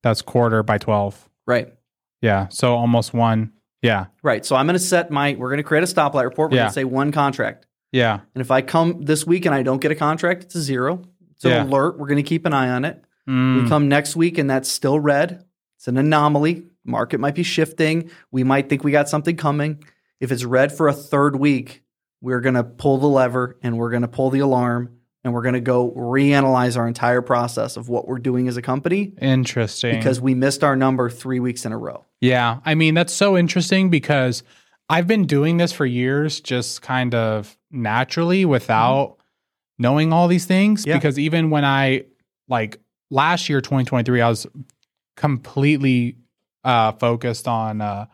S2: that's quarter by 12.
S1: Right.
S2: Yeah. So almost one. Yeah.
S1: Right. So I'm going to set my. We're going to create a stoplight report. We're
S2: Yeah.
S1: going to say one contract.
S2: Yeah.
S1: And if I come this week and I don't get a contract, it's a zero. It's an
S2: Yeah.
S1: alert. We're going to keep an eye on it.
S2: Mm.
S1: We come next week and that's still red. It's an anomaly. Market might be shifting. We might think we got something coming. If it's red for a third week, we're going to pull the lever and we're going to pull the alarm and we're going to go reanalyze our entire process of what we're doing as a company
S2: Interesting.
S1: because we missed our number three weeks in a row.
S2: Yeah. I mean, that's so interesting because I've been doing this for years, just kind of naturally without knowing all these things.
S1: Mm-hmm. Yeah.
S2: Because even when I, like last year, 2023, I was completely uh, focused on uh,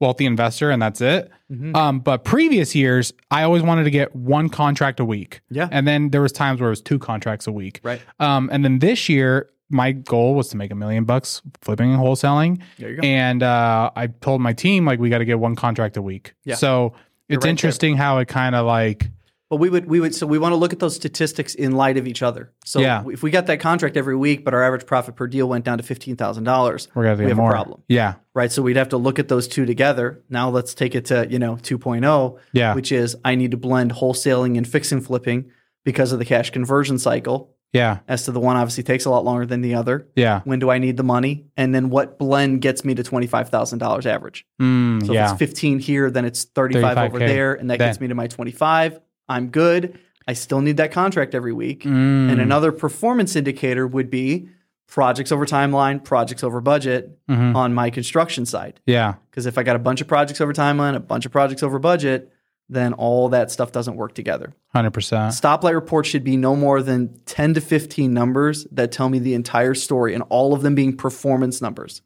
S2: wealthy investor and that's it.
S1: Mm-hmm.
S2: Um, but previous years, I always wanted to get one contract a week.
S1: Yeah.
S2: And then there was times where it was two contracts a week.
S1: Right.
S2: Um, and then this year, my goal was to make a million bucks flipping and wholesaling.
S1: There you go.
S2: And uh, I told my team like we got to get one contract a week.
S1: Yeah.
S2: So
S1: You're
S2: it's
S1: right there.
S2: interesting how it kind of like
S1: But we would we would so we want to look at those statistics in light of each other. So
S2: Yeah.
S1: if we got that contract every week, but our average profit per deal went down to fifteen thousand dollars,
S2: we're gonna
S1: we
S2: get
S1: have
S2: more.
S1: a problem,
S2: Yeah.
S1: right? So we'd have to look at those two together. Now let's take it to you know two oh,
S2: Yeah.
S1: which is I need to blend wholesaling and fix and flipping because of the cash conversion cycle.
S2: Yeah.
S1: As to the one, obviously takes a lot longer than the other.
S2: Yeah.
S1: When do I need the money? And then what blend gets me to twenty five thousand dollars average?
S2: Mm,
S1: So if
S2: yeah.
S1: it's 15 here, then it's 35 over
S2: 35K.
S1: there, and that
S2: Then-
S1: gets me to my 25. I'm good. I still need that contract every week.
S2: Mm,
S1: And another performance indicator would be projects over timeline, projects over budget
S2: mhm.
S1: on my construction side.
S2: Yeah.
S1: Because if I got a bunch of projects over timeline, a bunch of projects over budget, then all that stuff doesn't work together.
S2: Hundred percent.
S1: Stoplight reports should be no more than 10 to 15 numbers that tell me the entire story, and all of them being performance numbers.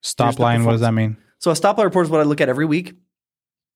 S2: Stop
S1: here's the
S2: line. What does that mean?
S1: So a stoplight report is what I look at every week.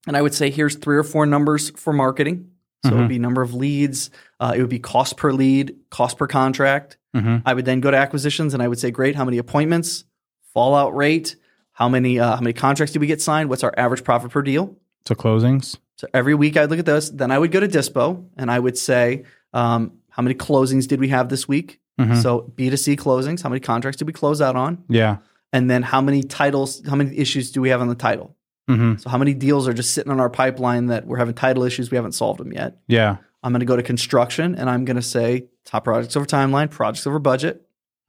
S1: And I would say here's three or four numbers for marketing. So it would be number of leads, uh, it would be cost per lead, cost per contract.
S2: Mhm.
S1: I would then go to acquisitions and I would say, great, how many appointments, fallout rate, how many uh, how many contracts do we get signed? What's our average profit per deal?
S2: So closings.
S1: So every week I'd look at those. Then I would go to Dispo and I would say, um, how many closings did we have this week?
S2: Mhm.
S1: So B2C closings, how many contracts did we close out on?
S2: Yeah.
S1: And then how many titles, how many issues do we have on the title?
S2: hmm
S1: So how many deals are just sitting on our pipeline that we're having title issues? We haven't solved them yet.
S2: Yeah.
S1: I'm going to go to construction and I'm going to say top projects over timeline, projects over budget,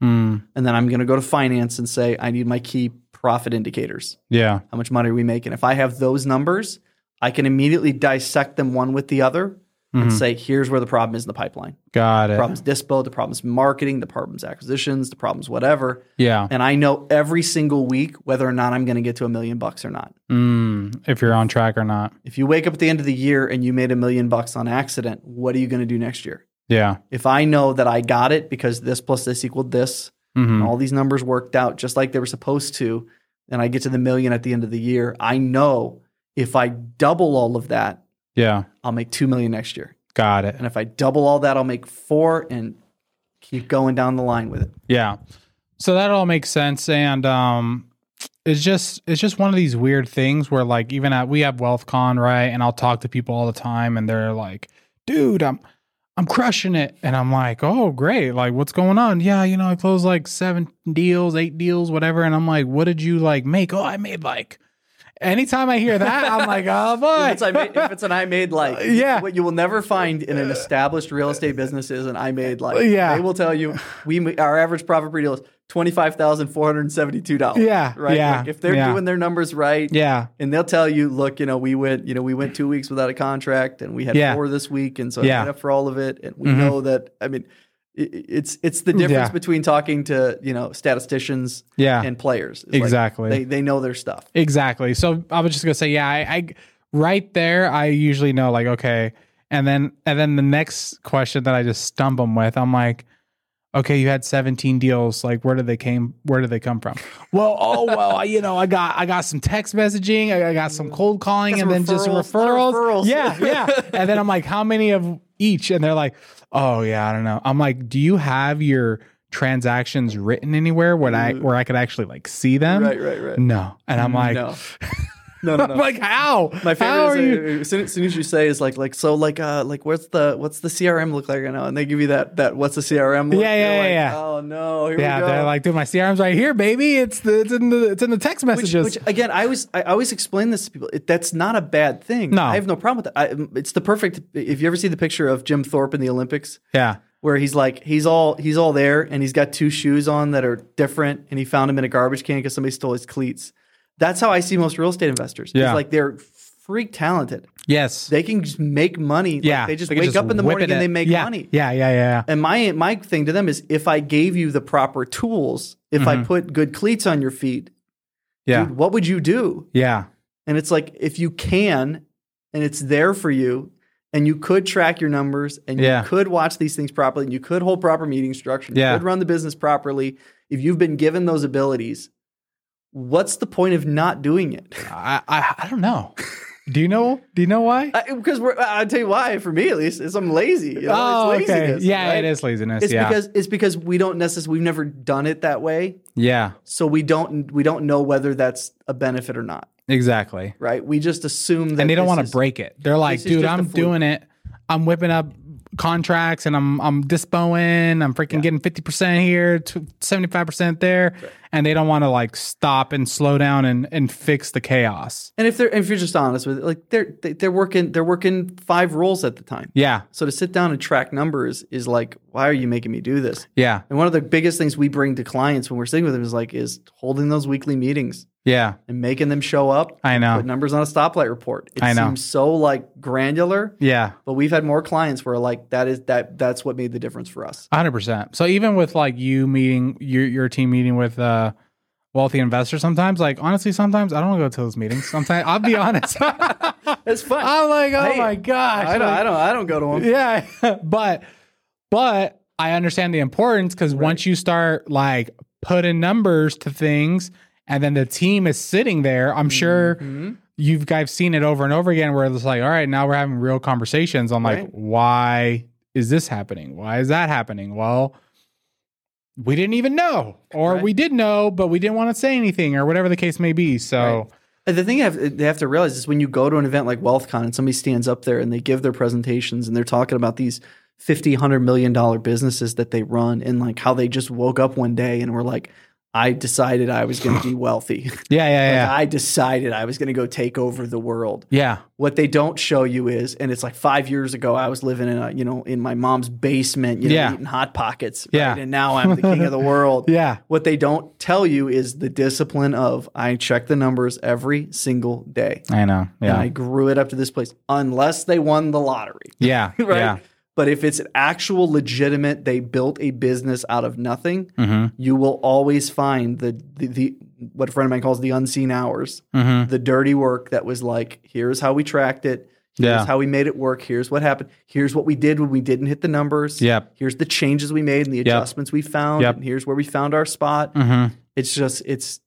S2: Mm.
S1: and then I'm going to go to finance and say I need my key profit indicators.
S2: Yeah.
S1: How much money are we making? If I have those numbers, I can immediately dissect them one with the other and
S2: Mhm.
S1: say here's where the problem is in the pipeline.
S2: Got
S1: The
S2: it.
S1: problem's dispo, the problem's marketing, the problem's acquisitions, the problem's whatever.
S2: Yeah.
S1: And I know every single week whether or not I'm going to get to a million bucks or not.
S2: Mm. If you're on track or not.
S1: If you wake up at the end of the year and you made a million bucks on accident, what are you going to do next year?
S2: Yeah.
S1: If I know that I got it because this plus this equaled this, and
S2: hmm
S1: all these numbers worked out just like they were supposed to, and I get to the million at the end of the year, I know if I double all of that,
S2: Yeah.
S1: I'll make 2 million next year.
S2: Got it.
S1: And if I double all that, I'll make 4 and keep going down the line with it.
S2: Yeah. So that all makes sense and um it's just it's just one of these weird things where like even at we have WealthCon, right? And I'll talk to people all the time and they're like, "Dude, I'm I'm crushing it." And I'm like, "Oh, great. Like what's going on?" "Yeah, you know, I closed like 7 deals, 8 deals, whatever." And I'm like, "What did you like make?" "Oh, I made like Anytime I hear that, I'm like, "Oh boy."
S1: If it's, I made, if it's an I made like,
S2: Yeah.
S1: what you will never find in an established real estate business is an I made like.
S2: Yeah.
S1: They will tell you we ma- our average profit per deal is twenty five thousand four hundred seventy two dollars.
S2: Yeah,
S1: right.
S2: yeah,
S1: Like, if they're
S2: yeah.
S1: doing their numbers right,
S2: yeah.
S1: and they'll tell you, look, you know, we went, you know, we went two weeks without a contract, and we had
S2: Yeah.
S1: four this week, and so
S2: Yeah. Mm-hmm.
S1: I made up for all of it. And we know that. I mean, i- i- it's it's the difference
S2: Yeah.
S1: between talking to you know statisticians
S2: Yeah.
S1: and players. It's like
S2: Exactly.
S1: they they know their stuff.
S2: Exactly. So I was just gonna say, yeah, I, I right there, I usually know like okay, and then and then the next question that I just stump them with, I'm like, okay, you had 17 deals, like where did they came, where did they come from? well, oh well, I- you know, I got I got some text messaging, I, I got some cold calling,
S1: Got some
S2: and then just
S1: referrals, lot
S2: referrals.
S1: of referrals.
S2: Yeah, yeah. and then I'm like, how many of each? And they're like, oh yeah, I don't know. I'm like, do you have your transactions written anywhere where I where I could actually like see them?
S1: Uh, Right, right, right.
S2: No. And I'm like,
S1: no, no, no, no.
S2: I'm like how?
S1: My favorite
S2: how
S1: is
S2: are you?
S1: uh, as, soon, as soon as you say is like like so like uh like what's the what's the CRM look like right now? And they give you that that what's the CRM look?
S2: Yeah, yeah,
S1: You're
S2: yeah,
S1: like,
S2: yeah.
S1: Oh no, here
S2: Yeah,
S1: we go.
S2: they're like, dude, my CRM's right here, baby. It's the it's in the it's in the text
S1: which,
S2: messages.
S1: which again, I always I always explain this to people. It, that's not a bad thing.
S2: No.
S1: I have no problem with that. I, it's the perfect. If you ever see the picture of Jim Thorpe in the Olympics,
S2: yeah,
S1: where he's like he's all he's all there and he's got two shoes on that are different and he found them in a garbage can because somebody stole his cleats. That's how I see most real estate investors.
S2: Yeah.
S1: It's like they're freak talented.
S2: yes,
S1: They can just make money. Like,
S2: yeah.
S1: they just
S2: can
S1: wake up in the
S2: whip
S1: morning
S2: it
S1: and they
S2: in.
S1: make
S2: Yeah,
S1: money.
S2: Yeah, yeah, yeah, yeah.
S1: And my my thing to them is if I gave you the proper tools, if I put good cleats on your feet,
S2: Mm-hmm. Yeah,
S1: dude, what would you do?
S2: yeah,
S1: And it's like if you can and it's there for you and you could track your numbers and
S2: Yeah.
S1: you could watch these things properly and you could hold proper meeting structure, and
S2: Yeah.
S1: you could run the business properly, if you've been given those abilities, what's the point of not doing it?
S2: I, I I don't know. Do you know? Do you know why?
S1: I- Because we're, I'll tell you why. For me, at least, is I'm lazy. You know?
S2: Oh,
S1: it's laziness,
S2: Yeah,
S1: right?
S2: it is laziness.
S1: It's
S2: yeah,
S1: because it's because we don't necessarily we've never done it that way,
S2: yeah,
S1: so we don't we don't know whether that's a benefit or not,
S2: exactly.
S1: right? We just assume that
S2: and they don't
S1: this
S2: want to
S1: is-
S2: break it. They're like,
S1: this is
S2: dude,
S1: just a
S2: I'm
S1: fluke."
S2: doing it. I'm whipping up contracts and I'm I'm dispoing. I'm freaking getting fifty percent here, seventy five percent there, and they don't want to like stop and slow down and and fix the chaos.
S1: And if they're if you're just honest with it, like they're they- they're working they're working five roles at the time.
S2: Yeah,
S1: So to sit down and track numbers is like, why are you making me do this?
S2: yeah,
S1: And one of the biggest things we bring to clients when we're sitting with them is like is holding those weekly meetings
S2: yeah.
S1: and making them show up.
S2: I know.
S1: Put numbers on a stoplight report. It
S2: I know.
S1: seems so like granular.
S2: Yeah,
S1: But we've had more clients where like that is that that's what made the difference for us.
S2: hundred percent. So even with like you meeting your your team meeting with uh wealthy investors, sometimes like honestly, sometimes I don't want to go to those meetings. Sometimes I'll be honest.
S1: It's fun.
S2: I'm like, oh
S1: Hey,
S2: my gosh,
S1: I don't
S2: like-
S1: I don't I don't go to them.
S2: yeah but but i understand the importance because once you start like putting numbers to things and then the team is sitting there
S1: Mm-hmm.
S2: i'm sure you've guys seen it over and over again where it's like all right now we're having real conversations on like
S1: Right.
S2: why is this happening why is that happening well we didn't even know or
S1: Right.
S2: we did know but we didn't want to say anything or whatever the case may be so
S1: Right. And The thing you have, they have to realize is when you go to an event like WealthCon and somebody stands up there and they give their presentations and they're talking about these 50, 100 million dollar businesses that they run and like how they just woke up one day and were like, I decided I was going to be wealthy.
S2: Yeah, yeah,
S1: Like,
S2: yeah.
S1: I decided I was going to go take over the world.
S2: yeah.
S1: What they don't show you is, and it's like five years ago, I was living in a, you know, in my mom's basement, you know,
S2: Yeah.
S1: eating hot pockets.
S2: Yeah.
S1: And now I'm the king of the world.
S2: Yeah.
S1: What they don't tell you is the discipline of I check the numbers every single day.
S2: I know.
S1: And
S2: Yeah.
S1: I grew it up to this place, unless they won the lottery.
S2: yeah.
S1: Right.
S2: Yeah.
S1: But if it's an actual legitimate, they built a business out of nothing,
S2: Mm-hmm.
S1: you will always find the, the, the what a friend of mine calls the unseen hours,
S2: Mm-hmm.
S1: the dirty work that was like, here's how we tracked it, here's
S2: Yeah.
S1: how we made it work, here's what happened, here's what we did when we didn't hit the numbers,
S2: Yep.
S1: here's the changes we made and the adjustments we found,
S2: Yep.
S1: and here's where we found our spot.
S2: Mm-hmm.
S1: It's just it's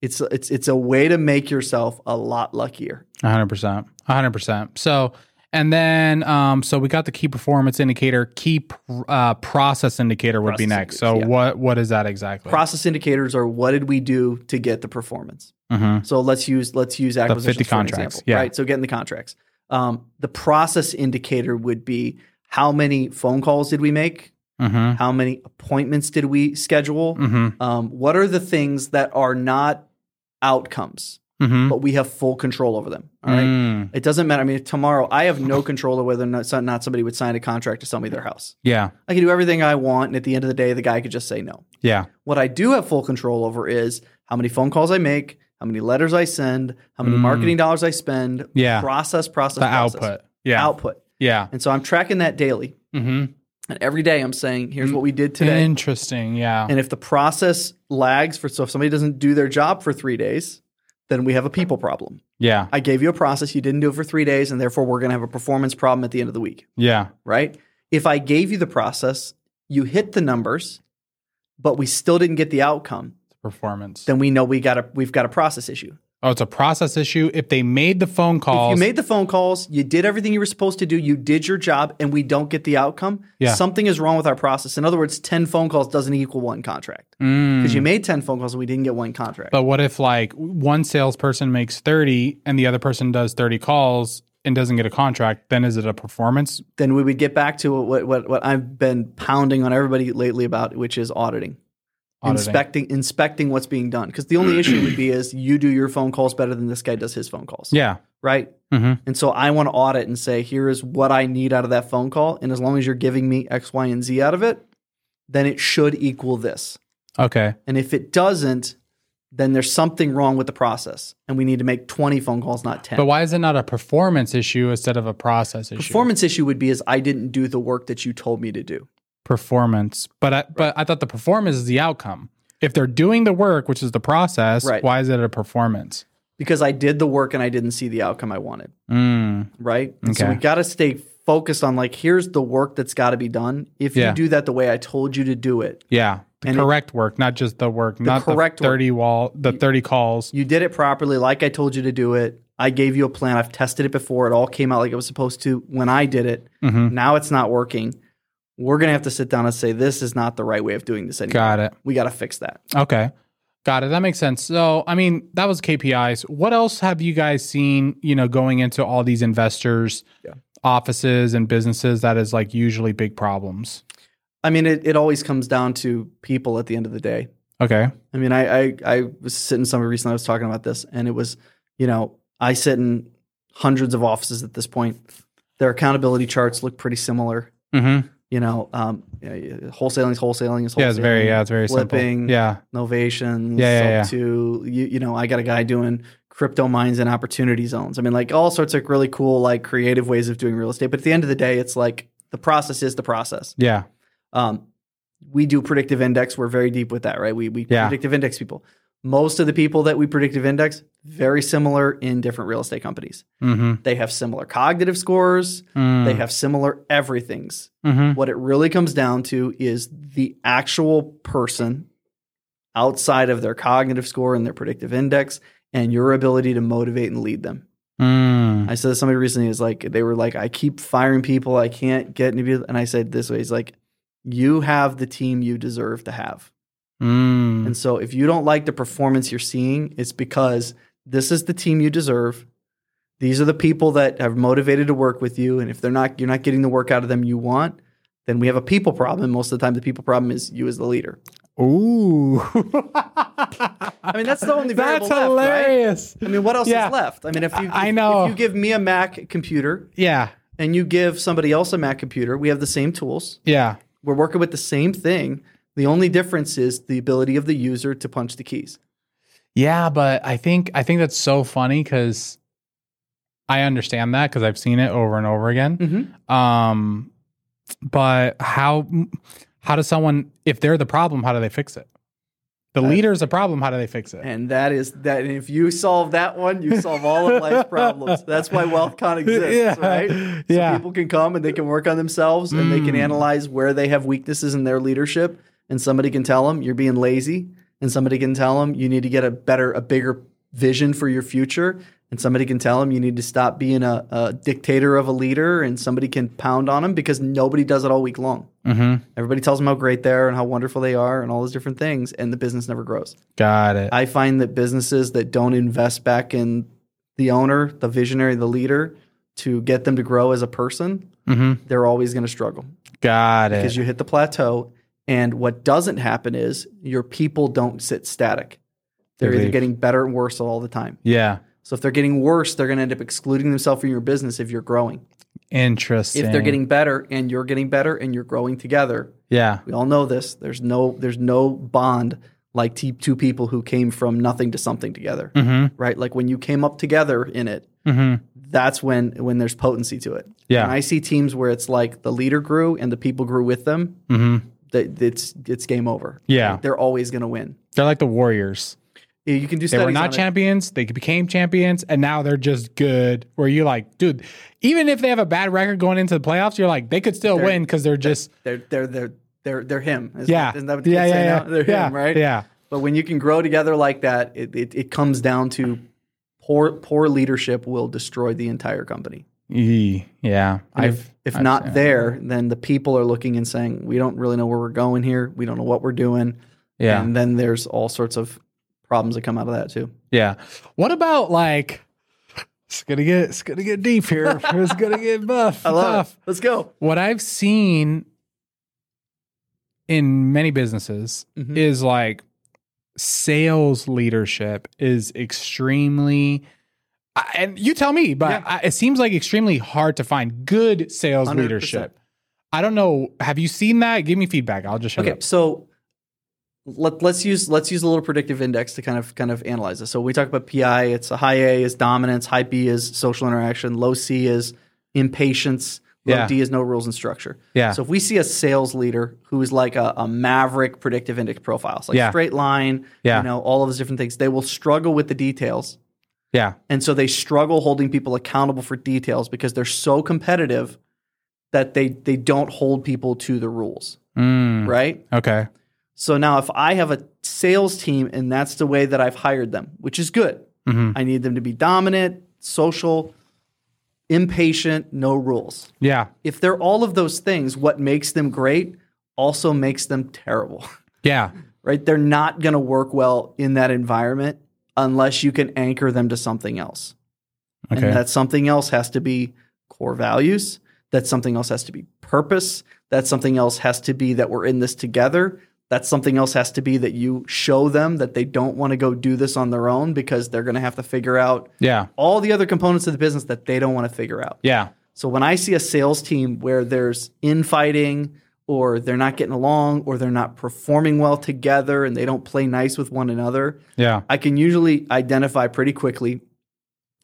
S1: it's it's it's a way to make yourself a lot luckier.
S2: hundred percent. hundred percent. So and then um so we got the key performance indicator, key pr- uh process indicator would be
S1: Process
S2: next. So
S1: indicators, yeah.
S2: what what is that exactly?
S1: Process indicators are what did we do to get the performance?
S2: hmm
S1: So let's use let's use acquisitions
S2: 50
S1: for an
S2: contracts,
S1: example,
S2: yeah.
S1: right? So getting the contracts. Um, the process indicator would be how many phone calls did we make?
S2: Mm-hmm.
S1: How many appointments did we schedule?
S2: Mm-hmm.
S1: Um, what are the things that are not outcomes,
S2: Mm-hmm. Mm.
S1: but we have full control over them? All right. It doesn't matter. I mean, if tomorrow I have no control of whether or not some- not somebody would sign a contract to sell me their house.
S2: Yeah.
S1: I can do everything I want, and at the end of the day, the guy could just say no.
S2: Yeah.
S1: What I do have full control over is how many phone calls I make, how many letters I send, how many
S2: Mm.
S1: marketing dollars I spend.
S2: Yeah.
S1: Process, process,
S2: The
S1: process,
S2: output. Yeah.
S1: output.
S2: yeah.
S1: And so I'm tracking that daily,
S2: Mm-hmm.
S1: and every day I'm saying, "Here's
S2: Mm.
S1: what we did today."
S2: Interesting. Yeah.
S1: And if the process lags for so if somebody doesn't do their job for three days, then we have a people problem.
S2: yeah.
S1: I gave you a process, you didn't do it for three days, and therefore we're going to have a performance problem at the end of the week,
S2: Yeah.
S1: right? If I gave you the process, you hit the numbers, but we still didn't get the outcome.
S2: Performance.
S1: then we know we got a we've got a process issue.
S2: Oh, it's a process issue. If they made the phone calls,
S1: If you made the phone calls, you did everything you were supposed to do, you did your job, and we don't get the outcome.
S2: Yeah.
S1: Something is wrong with our process. In other words, ten phone calls doesn't equal one contract
S2: Mm.
S1: because you made ten phone calls and we didn't get one contract.
S2: But what if like one salesperson makes 30 and the other person does 30 calls and doesn't get a contract, then is it a performance?
S1: then we would get back to what, what what I've been pounding on everybody lately about, which is auditing.
S2: Auditing.
S1: Inspecting inspecting what's being done. Because the only issue would be is you do your phone calls better than this guy does his phone calls.
S2: Yeah.
S1: Right?
S2: Mhm.
S1: And so I want to audit and say, here is what I need out of that phone call. And as long as you're giving me X, Y, and Z out of it, then it should equal this.
S2: Okay.
S1: And if it doesn't, then there's something wrong with the process. And we need to make 20 phone calls, not 10.
S2: But why is it not a performance issue instead of a process issue?
S1: Performance issue would be is I didn't do the work that you told me to do.
S2: performance. But I, but I thought the performance is the outcome. If they're doing the work, which is the process,
S1: Right.
S2: why is it a performance?
S1: Because I did the work and I didn't see the outcome I wanted.
S2: Mm.
S1: right? And So
S2: Okay.
S1: we got to stay focused on like here's the work that's got to be done. If
S2: Yeah.
S1: you do that the way I told you to do it,
S2: Yeah. The
S1: And it-
S2: correct work, not just the work, not
S1: correct
S2: the 30 wall, the 30 calls.
S1: you did it properly like I told you to do it. I gave you a plan. I've tested it before. It all came out like it was supposed to when I did it.
S2: Mhm.
S1: Now it's not working. We're going to have to sit down and say this is not the right way of doing this anymore.
S2: Got it.
S1: We got to fix that.
S2: Okay. Got it. That makes sense. So, I mean, that was KPIs. What else have you guys seen, you know, going into all these investors,
S1: Yeah.
S2: offices and businesses that is like usually big problems?
S1: I mean, it, it always comes down to people at the end of the day.
S2: Okay.
S1: I mean, I, I I was sitting somewhere recently. I was talking about this, and it was, you know, I sit in hundreds of offices at this point. Their accountability charts look pretty similar.
S2: Mm-hmm.
S1: You know, um, you know, wholesaling is wholesaling is wholesaling.
S2: Yeah, it's very, yeah, it's very
S1: flipping.
S2: simple. Yeah.
S1: Novations.
S2: Yeah, yeah, yeah.
S1: To you, you know, I got a guy doing crypto mines and opportunity zones. I mean, like all sorts of really cool, like creative ways of doing real estate. But at the end of the day, it's like the process is the process.
S2: Yeah.
S1: Um, we do predictive index. We're very deep with that, right? We we
S2: Yeah.
S1: predictive index people. Most of the people that we predictive index very similar in different real estate companies.
S2: Mm-hmm.
S1: They have similar cognitive scores.
S2: Hmm.
S1: They have similar everything's.
S2: mm-hmm.
S1: What it really comes down to is the actual person outside of their cognitive score and their predictive index and your ability to motivate and lead them.
S2: Mm.
S1: I said to somebody recently is like they were like I keep firing people I can't get any people and I said this way he's like you have the team you deserve to have
S2: Mm.
S1: and so if you don't like the performance you're seeing it's because this is the team you deserve these are the people that are motivated to work with you and if they're not you're not getting the work out of them you want then we have a people problem most of the time the people problem is you as the leader
S2: Ooh,
S1: I mean, that's the only variable
S2: that's
S1: left, right?
S2: hilarious.
S1: I mean, what else
S2: Yeah.
S1: is left? I mean, if you
S2: I- I
S1: if-
S2: know.
S1: if you give me a Mac computer
S2: Yeah,
S1: and you give somebody else a Mac computer, we have the same tools.
S2: yeah,
S1: We're working with the same thing. The only difference is the ability of the user to punch the keys.
S2: yeah. But I think I think that's so funny because I understand that because I've seen it over and over again.
S1: Mm-hmm.
S2: Um, but how how does someone if they're the problem? How do they fix it? The
S1: Uh,
S2: leader's the problem. How do they fix it?
S1: And that is that. And if you solve that one, you solve all of life's problems. That's why WealthCon exists,
S2: Yeah.
S1: right? So
S2: Yeah.
S1: people can come and they can work on themselves and they can
S2: Mm.
S1: analyze where they have weaknesses in their leadership. And somebody can tell them you're being lazy, and somebody can tell them you need to get a better, a bigger vision for your future. And somebody can tell them you need to stop being a, a dictator of a leader, and somebody can pound on them because nobody does it all week long.
S2: Mm-hmm.
S1: Everybody tells them how great they are and how wonderful they are and all those different things, and the business never grows.
S2: Got it.
S1: I find that businesses that don't invest back in the owner, the visionary, the leader to get them to grow as a person,
S2: Mm-hmm.
S1: they're always going to struggle
S2: Got
S1: because
S2: it.
S1: you hit the plateau. And what doesn't happen is your people don't sit static. They're
S2: They
S1: either
S2: leave.
S1: getting better and worse all the time.
S2: yeah.
S1: So if they're getting worse, they're going to end up excluding themselves from your business if you're growing.
S2: Interesting.
S1: If they're getting better and you're getting better and you're growing together,
S2: yeah.
S1: we all know this. There's no there's no bond like t- two people who came from nothing to something together,
S2: Mm-hmm.
S1: right? Like when you came up together in it,
S2: Mm-hmm.
S1: that's when when there's potency to it.
S2: Yeah.
S1: And I see teams where it's like the leader grew and the people grew with them.
S2: Mm-hmm.
S1: That it's it's game over.
S2: Yeah.
S1: Like, they're always going to win.
S2: They're like the Warriors.
S1: You- You can do
S2: They
S1: studies
S2: were not
S1: on it.
S2: champions. They became champions, and now they're just good. Where you like, dude, even if they have a bad record going into the playoffs, you're like, they could still
S1: They're-
S2: win because they're just
S1: They're they're they're they're they're him. Isn't
S2: yeah,
S1: isn't that what the
S2: yeah,
S1: kids say
S2: yeah,
S1: now?
S2: yeah,
S1: They're
S2: yeah,
S1: him, right?
S2: Yeah,
S1: But when you can grow together like that, it, it, it comes down to poor poor leadership will destroy the entire company.
S2: E- yeah.
S1: And
S2: I've
S1: if, if
S2: I've
S1: not
S2: seen it.
S1: there, then the people are looking and saying, "We don't really know where we're going here. We don't know what we're doing."
S2: yeah,
S1: And then there's all sorts of problems that come out of that too.
S2: yeah. What about like? It's gonna get it's gonna get deep here. it's gonna get buff.
S1: I love
S2: tough.
S1: it. Let's go.
S2: what I've seen in many businesses
S1: Mhm.
S2: is like sales leadership is extremely I- and you tell me but
S1: Yeah.
S2: I, it seems like extremely hard to find good sales
S1: 100%.
S2: leadership i don't know have you seen that give me feedback i'll just shut
S1: Okay,
S2: up
S1: so let, let's use let's use a little predictive index to kind of kind of analyze this. So we talk about PI. It's a high A is dominance, high B is social interaction, low C is impatience, low
S2: Yeah.
S1: D is no rules and structure.
S2: yeah
S1: So if we see a sales leader who is like a, a maverick predictive index profile, it's like
S2: Yeah.
S1: straight line,
S2: Yeah.
S1: you know, all of those different things, they will struggle with the details.
S2: yeah
S1: And so they struggle holding people accountable for details because they're so competitive that they they don't hold people to the rules,
S2: Mm,
S1: right?
S2: okay
S1: So now if I have a sales team and that's the way that I've hired them, which is good.
S2: Mhm.
S1: I need them to be dominant, social, impatient, no rules
S2: yeah
S1: if they're all of those things, what makes them great also makes them terrible,
S2: yeah
S1: right? They're not going to work well in that environment unless you can anchor them to something else.
S2: okay
S1: And that something else has to be core values. That something else has to be purpose. That something else has to be that we're in this together. That something else has to be that you show them that they don't want to go do this on their own because they're going to have to figure out
S2: yeah
S1: all the other components of the business that they don't want to figure out.
S2: yeah
S1: So when I see a sales team where there's infighting or they're not getting along or they're not performing well together and they don't play nice with one another,
S2: yeah
S1: I can usually identify pretty quickly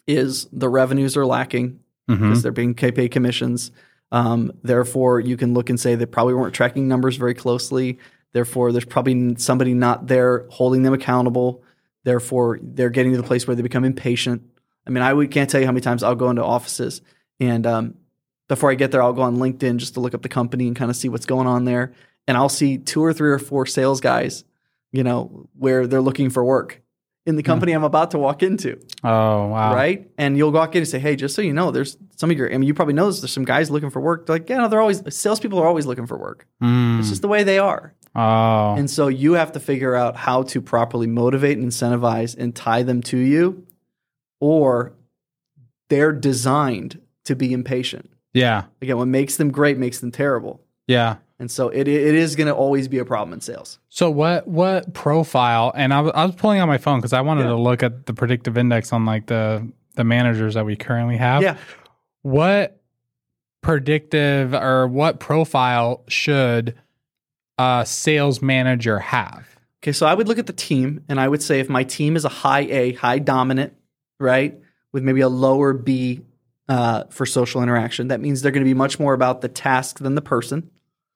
S1: is the revenues are lacking
S2: Mhm.
S1: because they're being paid commissions. Um, therefore, you can look and say they probably weren't tracking numbers very closely. Therefore, there's probably somebody not there holding them accountable. Therefore, they're getting to the place where they become impatient. I mean, I would, can't tell you how many times I'll go into offices and um, before I get there, I'll go on LinkedIn just to look up the company and kind of see what's going on there. And I'll see two or three or four sales guys, you know, where they're looking for work in the company I'm about to walk into
S2: oh wow
S1: right? And you'll walk in and say, "Hey, just so you know, there's some of your. I mean, you probably know this. There's some guys looking for work. They're like, yeah, no, they're always salespeople are always looking for work.
S2: Mm.
S1: It's just the way they are.
S2: oh
S1: And so you have to figure out how to properly motivate and incentivize and tie them to you, or they're designed to be impatient.
S2: yeah
S1: Again, what makes them great makes them terrible.
S2: yeah
S1: And so it, it is going to always be a problem in sales.
S2: So what what profile? And I, was- I was pulling out my phone because I wanted
S1: Yeah.
S2: to look at the predictive index on like the the managers that we currently have.
S1: Yeah.
S2: What predictive or what profile should a sales manager have?
S1: Okay, so I would look at the team and I would say if my team is a high A, high dominant, right, with maybe a lower B uh, for social interaction, that means they're going to be much more about the task than the person.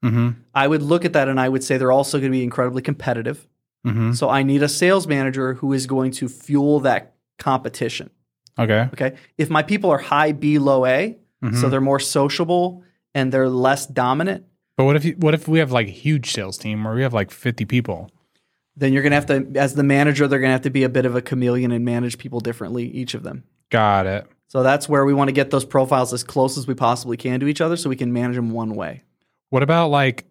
S2: Mm-hmm.
S1: I would look at that and I would say they're also going to be incredibly competitive.
S2: Mm-hmm.
S1: So I need a sales manager who is going to fuel that competition.
S2: Okay.
S1: Okay. If my people are high B, low A,
S2: Mhm.
S1: so they're more sociable and they're less dominant,
S2: But what if you, what if we have like a huge sales team where we have like fifty people?
S1: then you're going to have to, as the manager, they're going to have to be a bit of a chameleon and manage people differently, each of them.
S2: Got it.
S1: So that's where we want to get those profiles as close as we possibly can to each other so we can manage them one way.
S2: What about like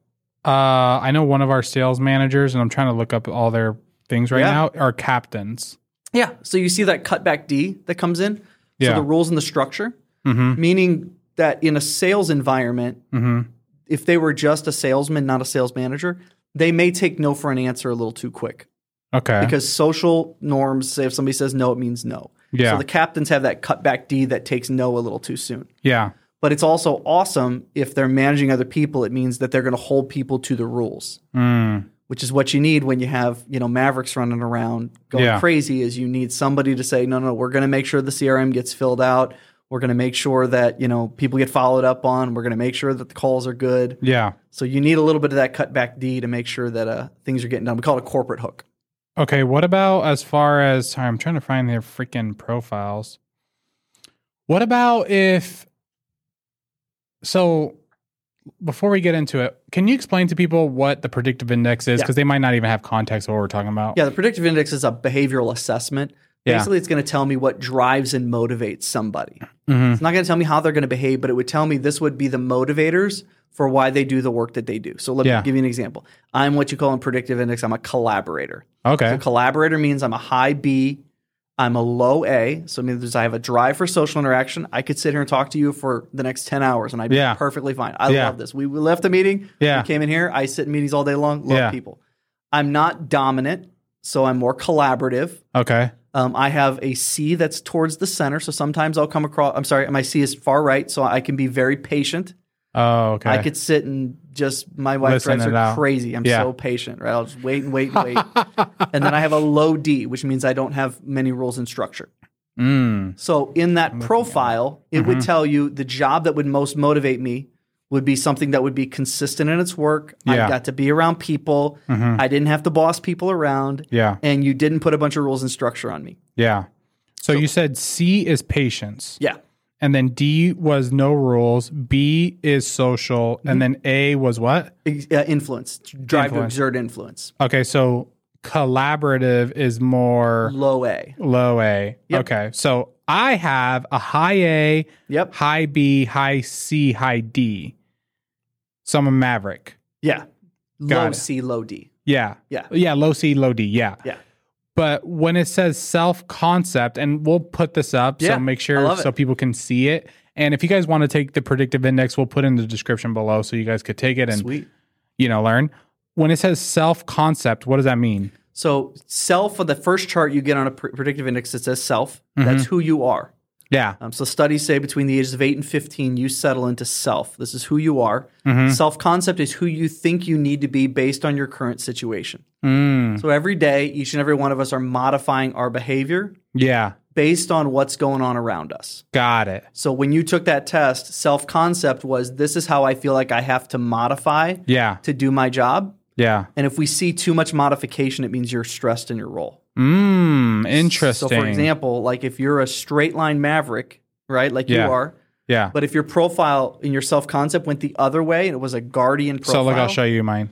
S2: uh I know one of our sales managers and I'm trying to look up all their things right
S1: Yeah.
S2: now are captains.
S1: Yeah. So you see that cutback D that comes in?
S2: Yeah.
S1: So the rules and the structure,
S2: Mm-hmm.
S1: meaning that in a sales environment,
S2: Mm-hmm.
S1: if they were just a salesman, not a sales manager, they may take no for an answer a little too quick
S2: Okay.
S1: because social norms say if somebody says no, it means no.
S2: yeah.
S1: So the captains have that cutback D that takes no a little too soon.
S2: yeah.
S1: But it's also awesome if they're managing other people, it means that they're going to hold people to the rules.
S2: Mm.
S1: which is what you need when you have you know mavericks running around going
S2: Yeah.
S1: crazy is you need somebody to say no no we're going to make sure the crm gets filled out we're going to make sure that you know people get followed up on we're going to make sure that the calls are good
S2: Yeah.
S1: so you need a little bit of that cutback d to make sure that uh, things are getting done we call it a corporate hook
S2: Okay. What about as far as sorry, I'm trying to find their freaking profiles. What about if so before we get into it, can you explain to people what the predictive index is?
S1: Yeah.
S2: Because they might not even have context of what we're talking about.
S1: yeah the predictive index is a behavioral assessment
S2: Yeah.
S1: basically it's going to tell me what drives and motivates somebody
S2: Mhm.
S1: It's not going to tell me how they're going to behave, but it would tell me this would be the motivators for why they do the work that they do. So let
S2: Yeah.
S1: me give you an example. I'm what you call in predictive index, I'm a collaborator.
S2: Okay.
S1: So collaborator means I'm a high B, I'm a low A. So it means I have a drive for social interaction. I could sit here and talk to you for the next 10 hours and I'd
S2: Yeah.
S1: be perfectly fine. I
S2: Yeah.
S1: love this. We, we left the meeting,
S2: Yeah.
S1: we came in here, I sit in meetings all day long, love
S2: Yeah.
S1: people. I'm not dominant, so I'm more collaborative.
S2: Okay.
S1: Um, I have a C that's towards the center. So sometimes I'll come across, I'm sorry, my C is far right. So I can be very patient.
S2: Oh, okay.
S1: I could sit and just, my wife
S2: Listen
S1: drives
S2: it
S1: her
S2: out.
S1: crazy. I'm
S2: Yeah.
S1: so patient, right? I'll just wait and wait and wait. and then I have a low D, which means I don't have many rules and structure.
S2: Mm.
S1: So in that profile, it
S2: Mm-hmm.
S1: would tell you the job that would most motivate me would be something that would be consistent in its work.
S2: Yeah. Mm-hmm.
S1: I got to be around people. I didn't have to boss people around.
S2: Yeah.
S1: And you didn't put a bunch of rules and structure on me.
S2: Yeah. So, you said C is patience,
S1: Yeah.
S2: and then D was no rules, B is social,
S1: Mm-hmm.
S2: and then A was what?
S1: Ex- uh, influence, drive to
S2: Influence.
S1: exert influence.
S2: Okay, so collaborative is more
S1: Low A.
S2: low A.
S1: Mm. Yep.
S2: Okay. So I have a high A,
S1: Yep.
S2: high B, high C, high D. So I'm a maverick.
S1: Yeah.
S2: Got
S1: Low
S2: it.
S1: C, low D.
S2: Yeah.
S1: Yeah.
S2: Yeah, low C, low D. Yeah.
S1: Yeah.
S2: But when it says self concept, and we'll put this up
S1: Yeah,
S2: so make
S1: I
S2: sure
S1: love it.
S2: so people can see it. And if you guys want to take the predictive index, we'll put in the description below so you guys could take it and
S1: Sweet.
S2: you know learn. When it says self concept, what does that mean?
S1: So self on the first chart you get on a pr- predictive index that says self. That's who you are.
S2: Yeah.
S1: Um, so studies say between the ages of eight and fifteen, you settle into self. This is who you are. Self concept is who you think you need to be based on your current situation.
S2: Mm,
S1: So every day, each and every one of us are modifying our behavior
S2: yeah.
S1: based on what's going on around us.
S2: Got it.
S1: So when you took that test, self concept was this is how I feel like I have to modify
S2: Yeah.
S1: to do my job.
S2: Yeah.
S1: And if we see too much modification, it means you're stressed in your role.
S2: Mm, interesting.
S1: So for example, like if you're a straight line maverick, right? Like
S2: Yeah.
S1: you are,
S2: yeah.
S1: but if your profile in your self concept went the other way and it was a guardian
S2: so
S1: profile.
S2: look, I'll show you mine.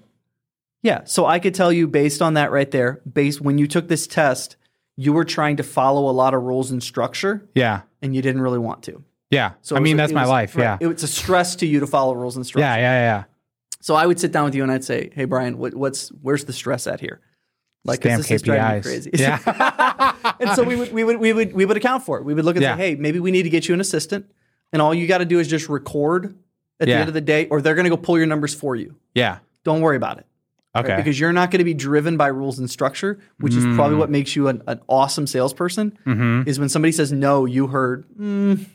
S1: Yeah. So I could tell you based on that right there, based when you took this test, you were trying to follow a lot of rules and structure
S2: Yeah.
S1: and you didn't really want to.
S2: Yeah.
S1: So
S2: I
S1: it
S2: mean,
S1: was-
S2: that's
S1: it
S2: my
S1: was-
S2: life.
S1: right.
S2: Yeah.
S1: It- It's a stress to you to follow rules and structure.
S2: yeah. Yeah. Yeah.
S1: So I would sit down with you and I'd say, "Hey Brian, what, what's where's the stress at here? Like 'cause
S2: Damn
S1: this is driving me
S2: KPIs.
S1: crazy."
S2: Yeah.
S1: and so we would we would we would we would account for it. We would look and
S2: Yeah.
S1: say, "Hey, maybe we need to get you an assistant, and all you got to do is just record at the
S2: Yeah.
S1: end of the day, or they're going to go pull your numbers for you.
S2: Yeah.
S1: Don't worry about it.
S2: Okay.
S1: right? Because you're not going to be driven by rules and structure, which is probably
S2: Mm.
S1: what makes you an, an awesome salesperson.
S2: Mhm.
S1: Is when somebody says no, you heard. Mm,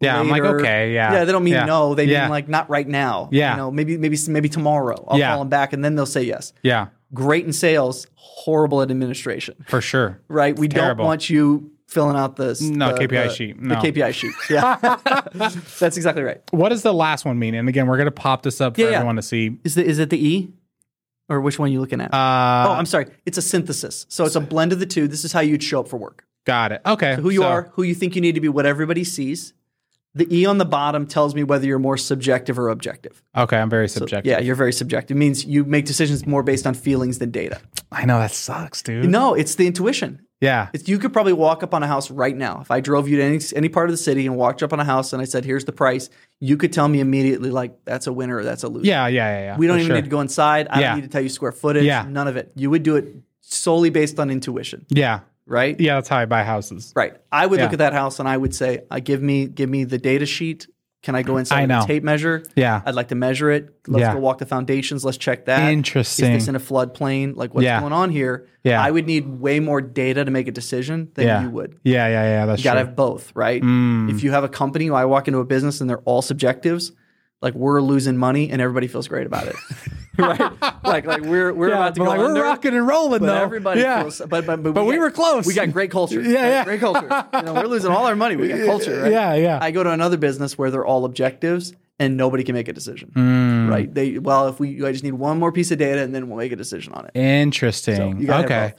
S2: Yeah, I'm like,
S1: later.
S2: okay, yeah.
S1: Yeah, they don't mean
S2: Yeah.
S1: no. They
S2: Yeah.
S1: mean like not right now.
S2: Yeah.
S1: you know, maybe maybe maybe tomorrow. I'll
S2: Yeah.
S1: call them back, and then they'll say yes.
S2: yeah.
S1: Great in sales, horrible at administration.
S2: For sure.
S1: Right? we
S2: terrible.
S1: don't want you filling out the
S2: No,
S1: the-
S2: KPI
S1: the-
S2: sheet.
S1: The
S2: No.
S1: KPI sheet. Yeah, that's exactly right.
S2: What does the last one mean? And again, we're gonna pop this up for
S1: Yeah, yeah.
S2: everyone to see.
S1: Is the is it the E, or which one are you looking at? oh,
S2: Uh,
S1: I'm sorry. It's a synthesis. So it's a blend of the two. This is how you'd show up for work.
S2: got it. Okay.
S1: Who you
S2: so-
S1: are, who you think you need to be, what everybody sees. The E on the bottom tells me whether you're more subjective or objective.
S2: Okay, I'm very subjective.
S1: Yeah, you're very subjective. It means you make decisions more based on feelings than data.
S2: I know that sucks, dude.
S1: No, it's the intuition.
S2: Yeah.
S1: It's, you could probably walk up on a house right now. If I drove you to any, any part of the city and walked up on a house and I said, here's the price, you could tell me immediately, like, that's a winner or that's a loser.
S2: Yeah, yeah, yeah, yeah.
S1: We don't
S2: for
S1: even
S2: sure.
S1: need to go inside. I
S2: Yeah.
S1: don't need to tell you square footage.
S2: Yeah.
S1: None of it. You would do it solely based on intuition,
S2: Yeah.
S1: right?
S2: Yeah, that's how I buy houses.
S1: Right. I would
S2: Yeah.
S1: look at that house and I would say, uh, give me give me the data sheet. Can I go
S2: I
S1: inside
S2: know.
S1: a tape measure?
S2: Yeah.
S1: I'd like to measure it. Let's
S2: Yeah.
S1: go walk the foundations. Let's check that.
S2: Interesting.
S1: Is this in a floodplain? Like what's
S2: Yeah.
S1: going on here?
S2: Yeah.
S1: I would need way more data to make a decision than
S2: yeah.
S1: you would. You
S2: Yeah, yeah, yeah. That's
S1: gotta
S2: true.
S1: have both, right?
S2: Mm.
S1: If you have a company, I walk into a business and they're all subjectives. Like we're losing money and everybody feels great about it, right? Like like we're we're
S2: yeah,
S1: about to
S2: but
S1: go
S2: like,
S1: under.
S2: we're rocking and rolling
S1: But
S2: though.
S1: everybody
S2: yeah.
S1: feels, but, but, but,
S2: But we
S1: got-
S2: were close.
S1: We got great culture.
S2: Yeah, yeah.
S1: Great culture. You know, we're losing all our money. We got culture, right?
S2: Yeah, yeah.
S1: I go to another business where they're all objectives and nobody can make a decision.
S2: Mm.
S1: Right? They well, if we I just need one more piece of data and then we'll make a decision on it.
S2: Interesting.
S1: you gotta have
S2: okay.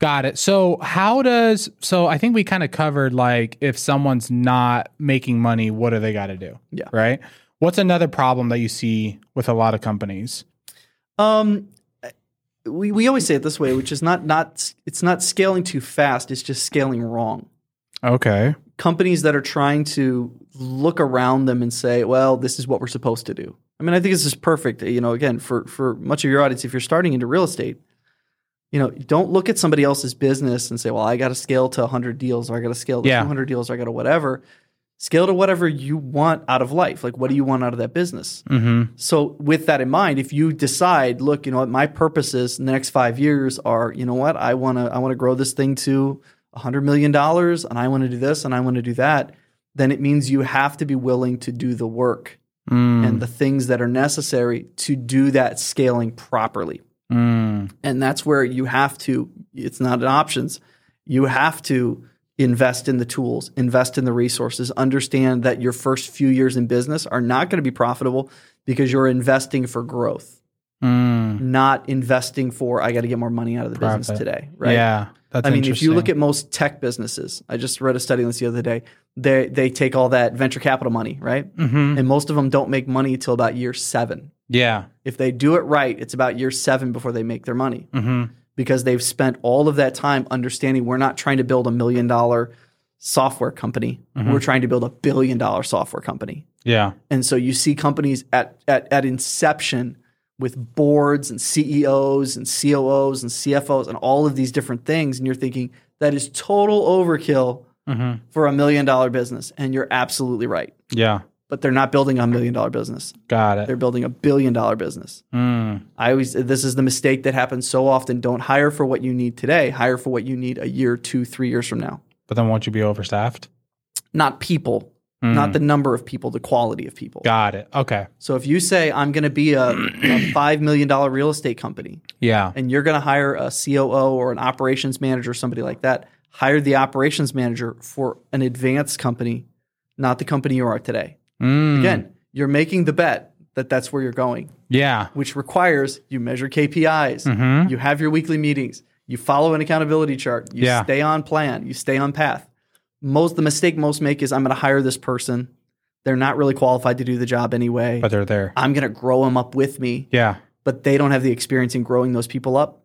S2: Got it. So, how does so I think we kind of covered like if someone's not making money, what do they got to do?
S1: Yeah.
S2: Right? What's another problem that you see with a lot of companies?
S1: Um we, we always say it this way, which is not not it's not scaling too fast, it's just scaling wrong.
S2: Okay.
S1: companies that are trying to look around them and say, well, this is what we're supposed to do. I mean, I think this is perfect, you know, again, for for much of your audience, if you're starting into real estate, you know, don't look at somebody else's business and say, well, I got to scale to 100 deals or I got to scale to
S2: Yeah.
S1: 200 deals or I got to whatever. Scale to whatever you want out of life. Like, what do you want out of that business?
S2: Mhm.
S1: So, with that in mind, if you decide, look, you know what, my purposes in the next five years are, you know what, I want to, I want to grow this thing to a hundred million dollars, and I want to do this, and I want to do that, then it means you have to be willing to do the work
S2: Mm.
S1: and the things that are necessary to do that scaling properly.
S2: Mm.
S1: And that's where you have to, it's not an options. You have to invest in the tools, invest in the resources, understand that your first few years in business are not going to be profitable because you're investing for growth,
S2: Mm.
S1: not investing for, I got to get more money out of the business
S2: Profit.
S1: today. Right.
S2: Yeah. That's
S1: I mean, if you look
S2: interesting.
S1: at most tech businesses, I just read a study on this the other day. They they take all that venture capital money, right?
S2: Mhm.
S1: And most of them don't make money till about year seven.
S2: Yeah.
S1: If they do it right, it's about year seven before they make their money
S2: Mhm.
S1: because they've spent all of that time understanding we're not trying to build a million dollar software company. We're trying to build a billion dollar software company.
S2: Yeah.
S1: And so you see companies at, at, at inception with boards and CEOs and COOs and CFOs and all of these different things. And you're thinking, that is total overkill
S2: Mhm.
S1: for a million dollar business. And you're absolutely right.
S2: Yeah.
S1: But they're not building a million dollar business,
S2: Got it.
S1: they're building a billion dollar business.
S2: Mm.
S1: I always, this is the mistake that happens so often. Don't hire for what you need today, hire for what you need a year, two, three years from now.
S2: But then won't you be overstaffed? Mm.
S1: Not people, not the number of people, the quality of people.
S2: Hmm. Got it. Okay.
S1: So if you say I'm going to be a, a five million dollar real estate company,
S2: Yeah.
S1: and you're going to hire a COO or an operations manager, or somebody like that, hire the operations manager for an advanced company, not the company you are today.
S2: Mm.
S1: Again, you're making the bet that that's where you're going,
S2: Yeah. Mm-hmm.
S1: which requires you measure KPIs,
S2: Hmm?
S1: you have your weekly meetings, you follow an accountability chart, you
S2: Yeah.
S1: stay on plan, you stay on path. Most the mistake most make is I'm going to hire this person. They're not really qualified to do the job anyway.
S2: But they're there.
S1: I'm going to grow them up with me,
S2: Yeah.
S1: but they don't have the experience in growing those people up.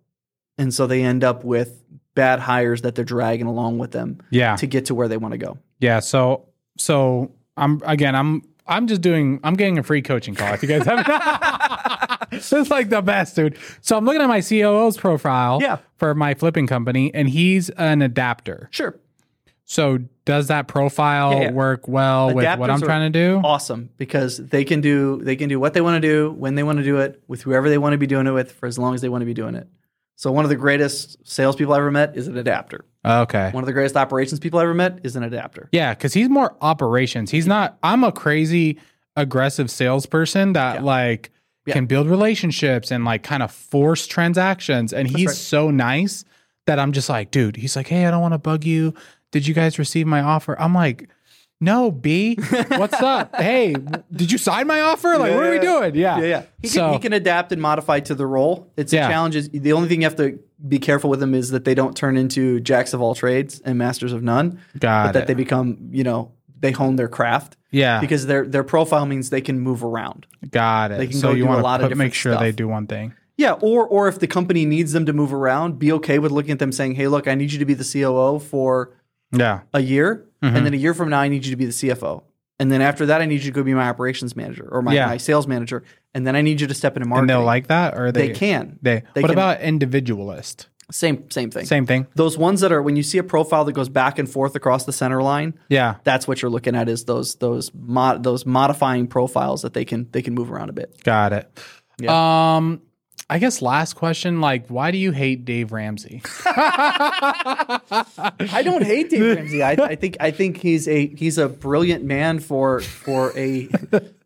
S1: And so they end up with bad hires that they're dragging along with them
S2: Yeah.
S1: to get to where they want to go.
S2: Yeah. So so I'm again I'm I'm just doing I'm getting a free coaching call. If you guys haven't It's like the best, dude. So I'm looking at my COO's profile
S1: Yeah.
S2: for my flipping company and he's an adapter.
S1: Sure.
S2: So does that profile
S1: Yeah, yeah.
S2: work well with what
S1: Adapters
S2: I'm
S1: are
S2: trying to do?
S1: awesome because they can do they can do what they want to do when they want to do it with whoever they want to be doing it with for as long as they want to be doing it. So one of the greatest salespeople I ever met is an adapter.
S2: okay.
S1: One of the greatest operations people I ever met is an adapter.
S2: Yeah, because he's more operations. He's not. I'm a crazy aggressive salesperson that
S1: Yeah.
S2: like
S1: Yeah.
S2: can build relationships and like kind of force transactions. And he's
S1: right.
S2: so nice that I'm just like, dude. He's like, hey, I don't want to bug you. Did you guys receive my offer? I'm like. No, B. What's up? hey, did you sign my offer? Like, what are we
S1: Yeah.
S2: doing? Yeah,
S1: Yeah, yeah. He,
S2: So-
S1: can, he can adapt and modify to the role. It's
S2: Yeah.
S1: a challenge. Is the only thing you have to be careful with them is that they don't turn into jacks of all trades and masters of none.
S2: Got
S1: but that
S2: it.
S1: they become, you know, they hone their craft.
S2: Yeah.
S1: Because their their profile means they can move around.
S2: Got it.
S1: They can
S2: so
S1: go
S2: you
S1: do a
S2: want
S1: lot of
S2: to make
S1: different
S2: sure they
S1: stuff.
S2: do one thing.
S1: Yeah, or or if the company needs them to move around, be okay with looking at them saying, "Hey, look, I need you to be the COO for
S2: Yeah.
S1: a year, and
S2: Mm-hmm.
S1: then a year from now, I need you to be the CFO, and then after that, I need you to go be my operations manager or my,
S2: Yeah.
S1: my sales manager, and then I need you to step into marketing."
S2: And they'll like that, or they,
S1: they can.
S2: They.
S1: They
S2: what
S1: can-
S2: about individualist?
S1: Same same thing.
S2: Same thing.
S1: Those ones that are when you see a profile that goes back and forth across the center line,
S2: Yeah.
S1: that's what you're looking at is those those mod, those modifying profiles that they can they can move around a bit.
S2: Got it. Um, I guess last question, like, why do you hate Dave Ramsey?
S1: I don't hate Dave Ramsey. I, I think I think he's a he's a brilliant man for for a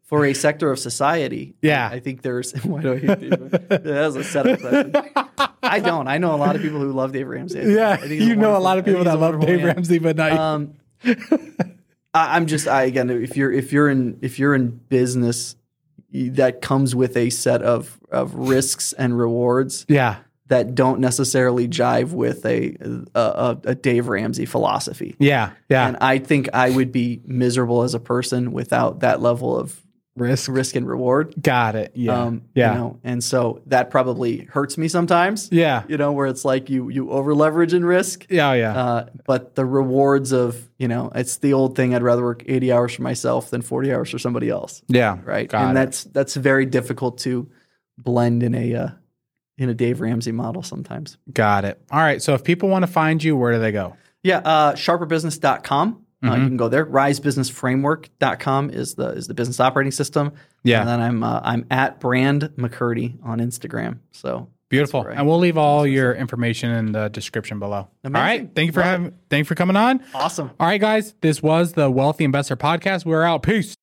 S1: for a sector of society.
S2: Yeah.
S1: I think there's why do I hate Dave Ramsey? That was a setup question. I don't. I know a lot of people who love Dave Ramsey. I think- I think he's wonderful- I think he's a wonderful man.
S2: but not
S1: Um, I, I'm just I again if you're if you're in if you're in business you- that comes with a set of of risks and rewards
S2: yeah,
S1: that don't necessarily jive with a a, a, a Dave Ramsey philosophy.
S2: yeah, yeah.
S1: And I think I would be miserable as a person without that level of
S2: risk,
S1: risk and reward.
S2: got it. Yeah,
S1: Um,
S2: yeah,
S1: You know, and so that probably hurts me sometimes.
S2: yeah,
S1: You know, where it's like you you over leverage and risk.
S2: yeah, yeah.
S1: Uh, but the rewards of you know, it's the old thing. I'd rather work eighty hours for myself than forty hours for somebody else,
S2: yeah,
S1: right?
S2: Got
S1: and
S2: it.
S1: that's that's very difficult to blend in a uh, in a Dave Ramsey model sometimes.
S2: Got it. All right. So if people want to find you, where do they go?
S1: Yeah, uh, sharperbusiness.com. Uh, you can go there. Risebusinessframework.com is the is the business operating system.
S2: Yeah.
S1: And then I'm uh, I'm at Brand McCurdy on Instagram. So
S2: Beautiful.
S1: right.
S2: And we'll leave all your information in the description below. All
S1: Amazing.
S2: right. Thank you for
S1: Love it.
S2: having. Thank you for coming on.
S1: awesome.
S2: All right, guys. This was the Wealthy Investor Podcast. We're out. Peace.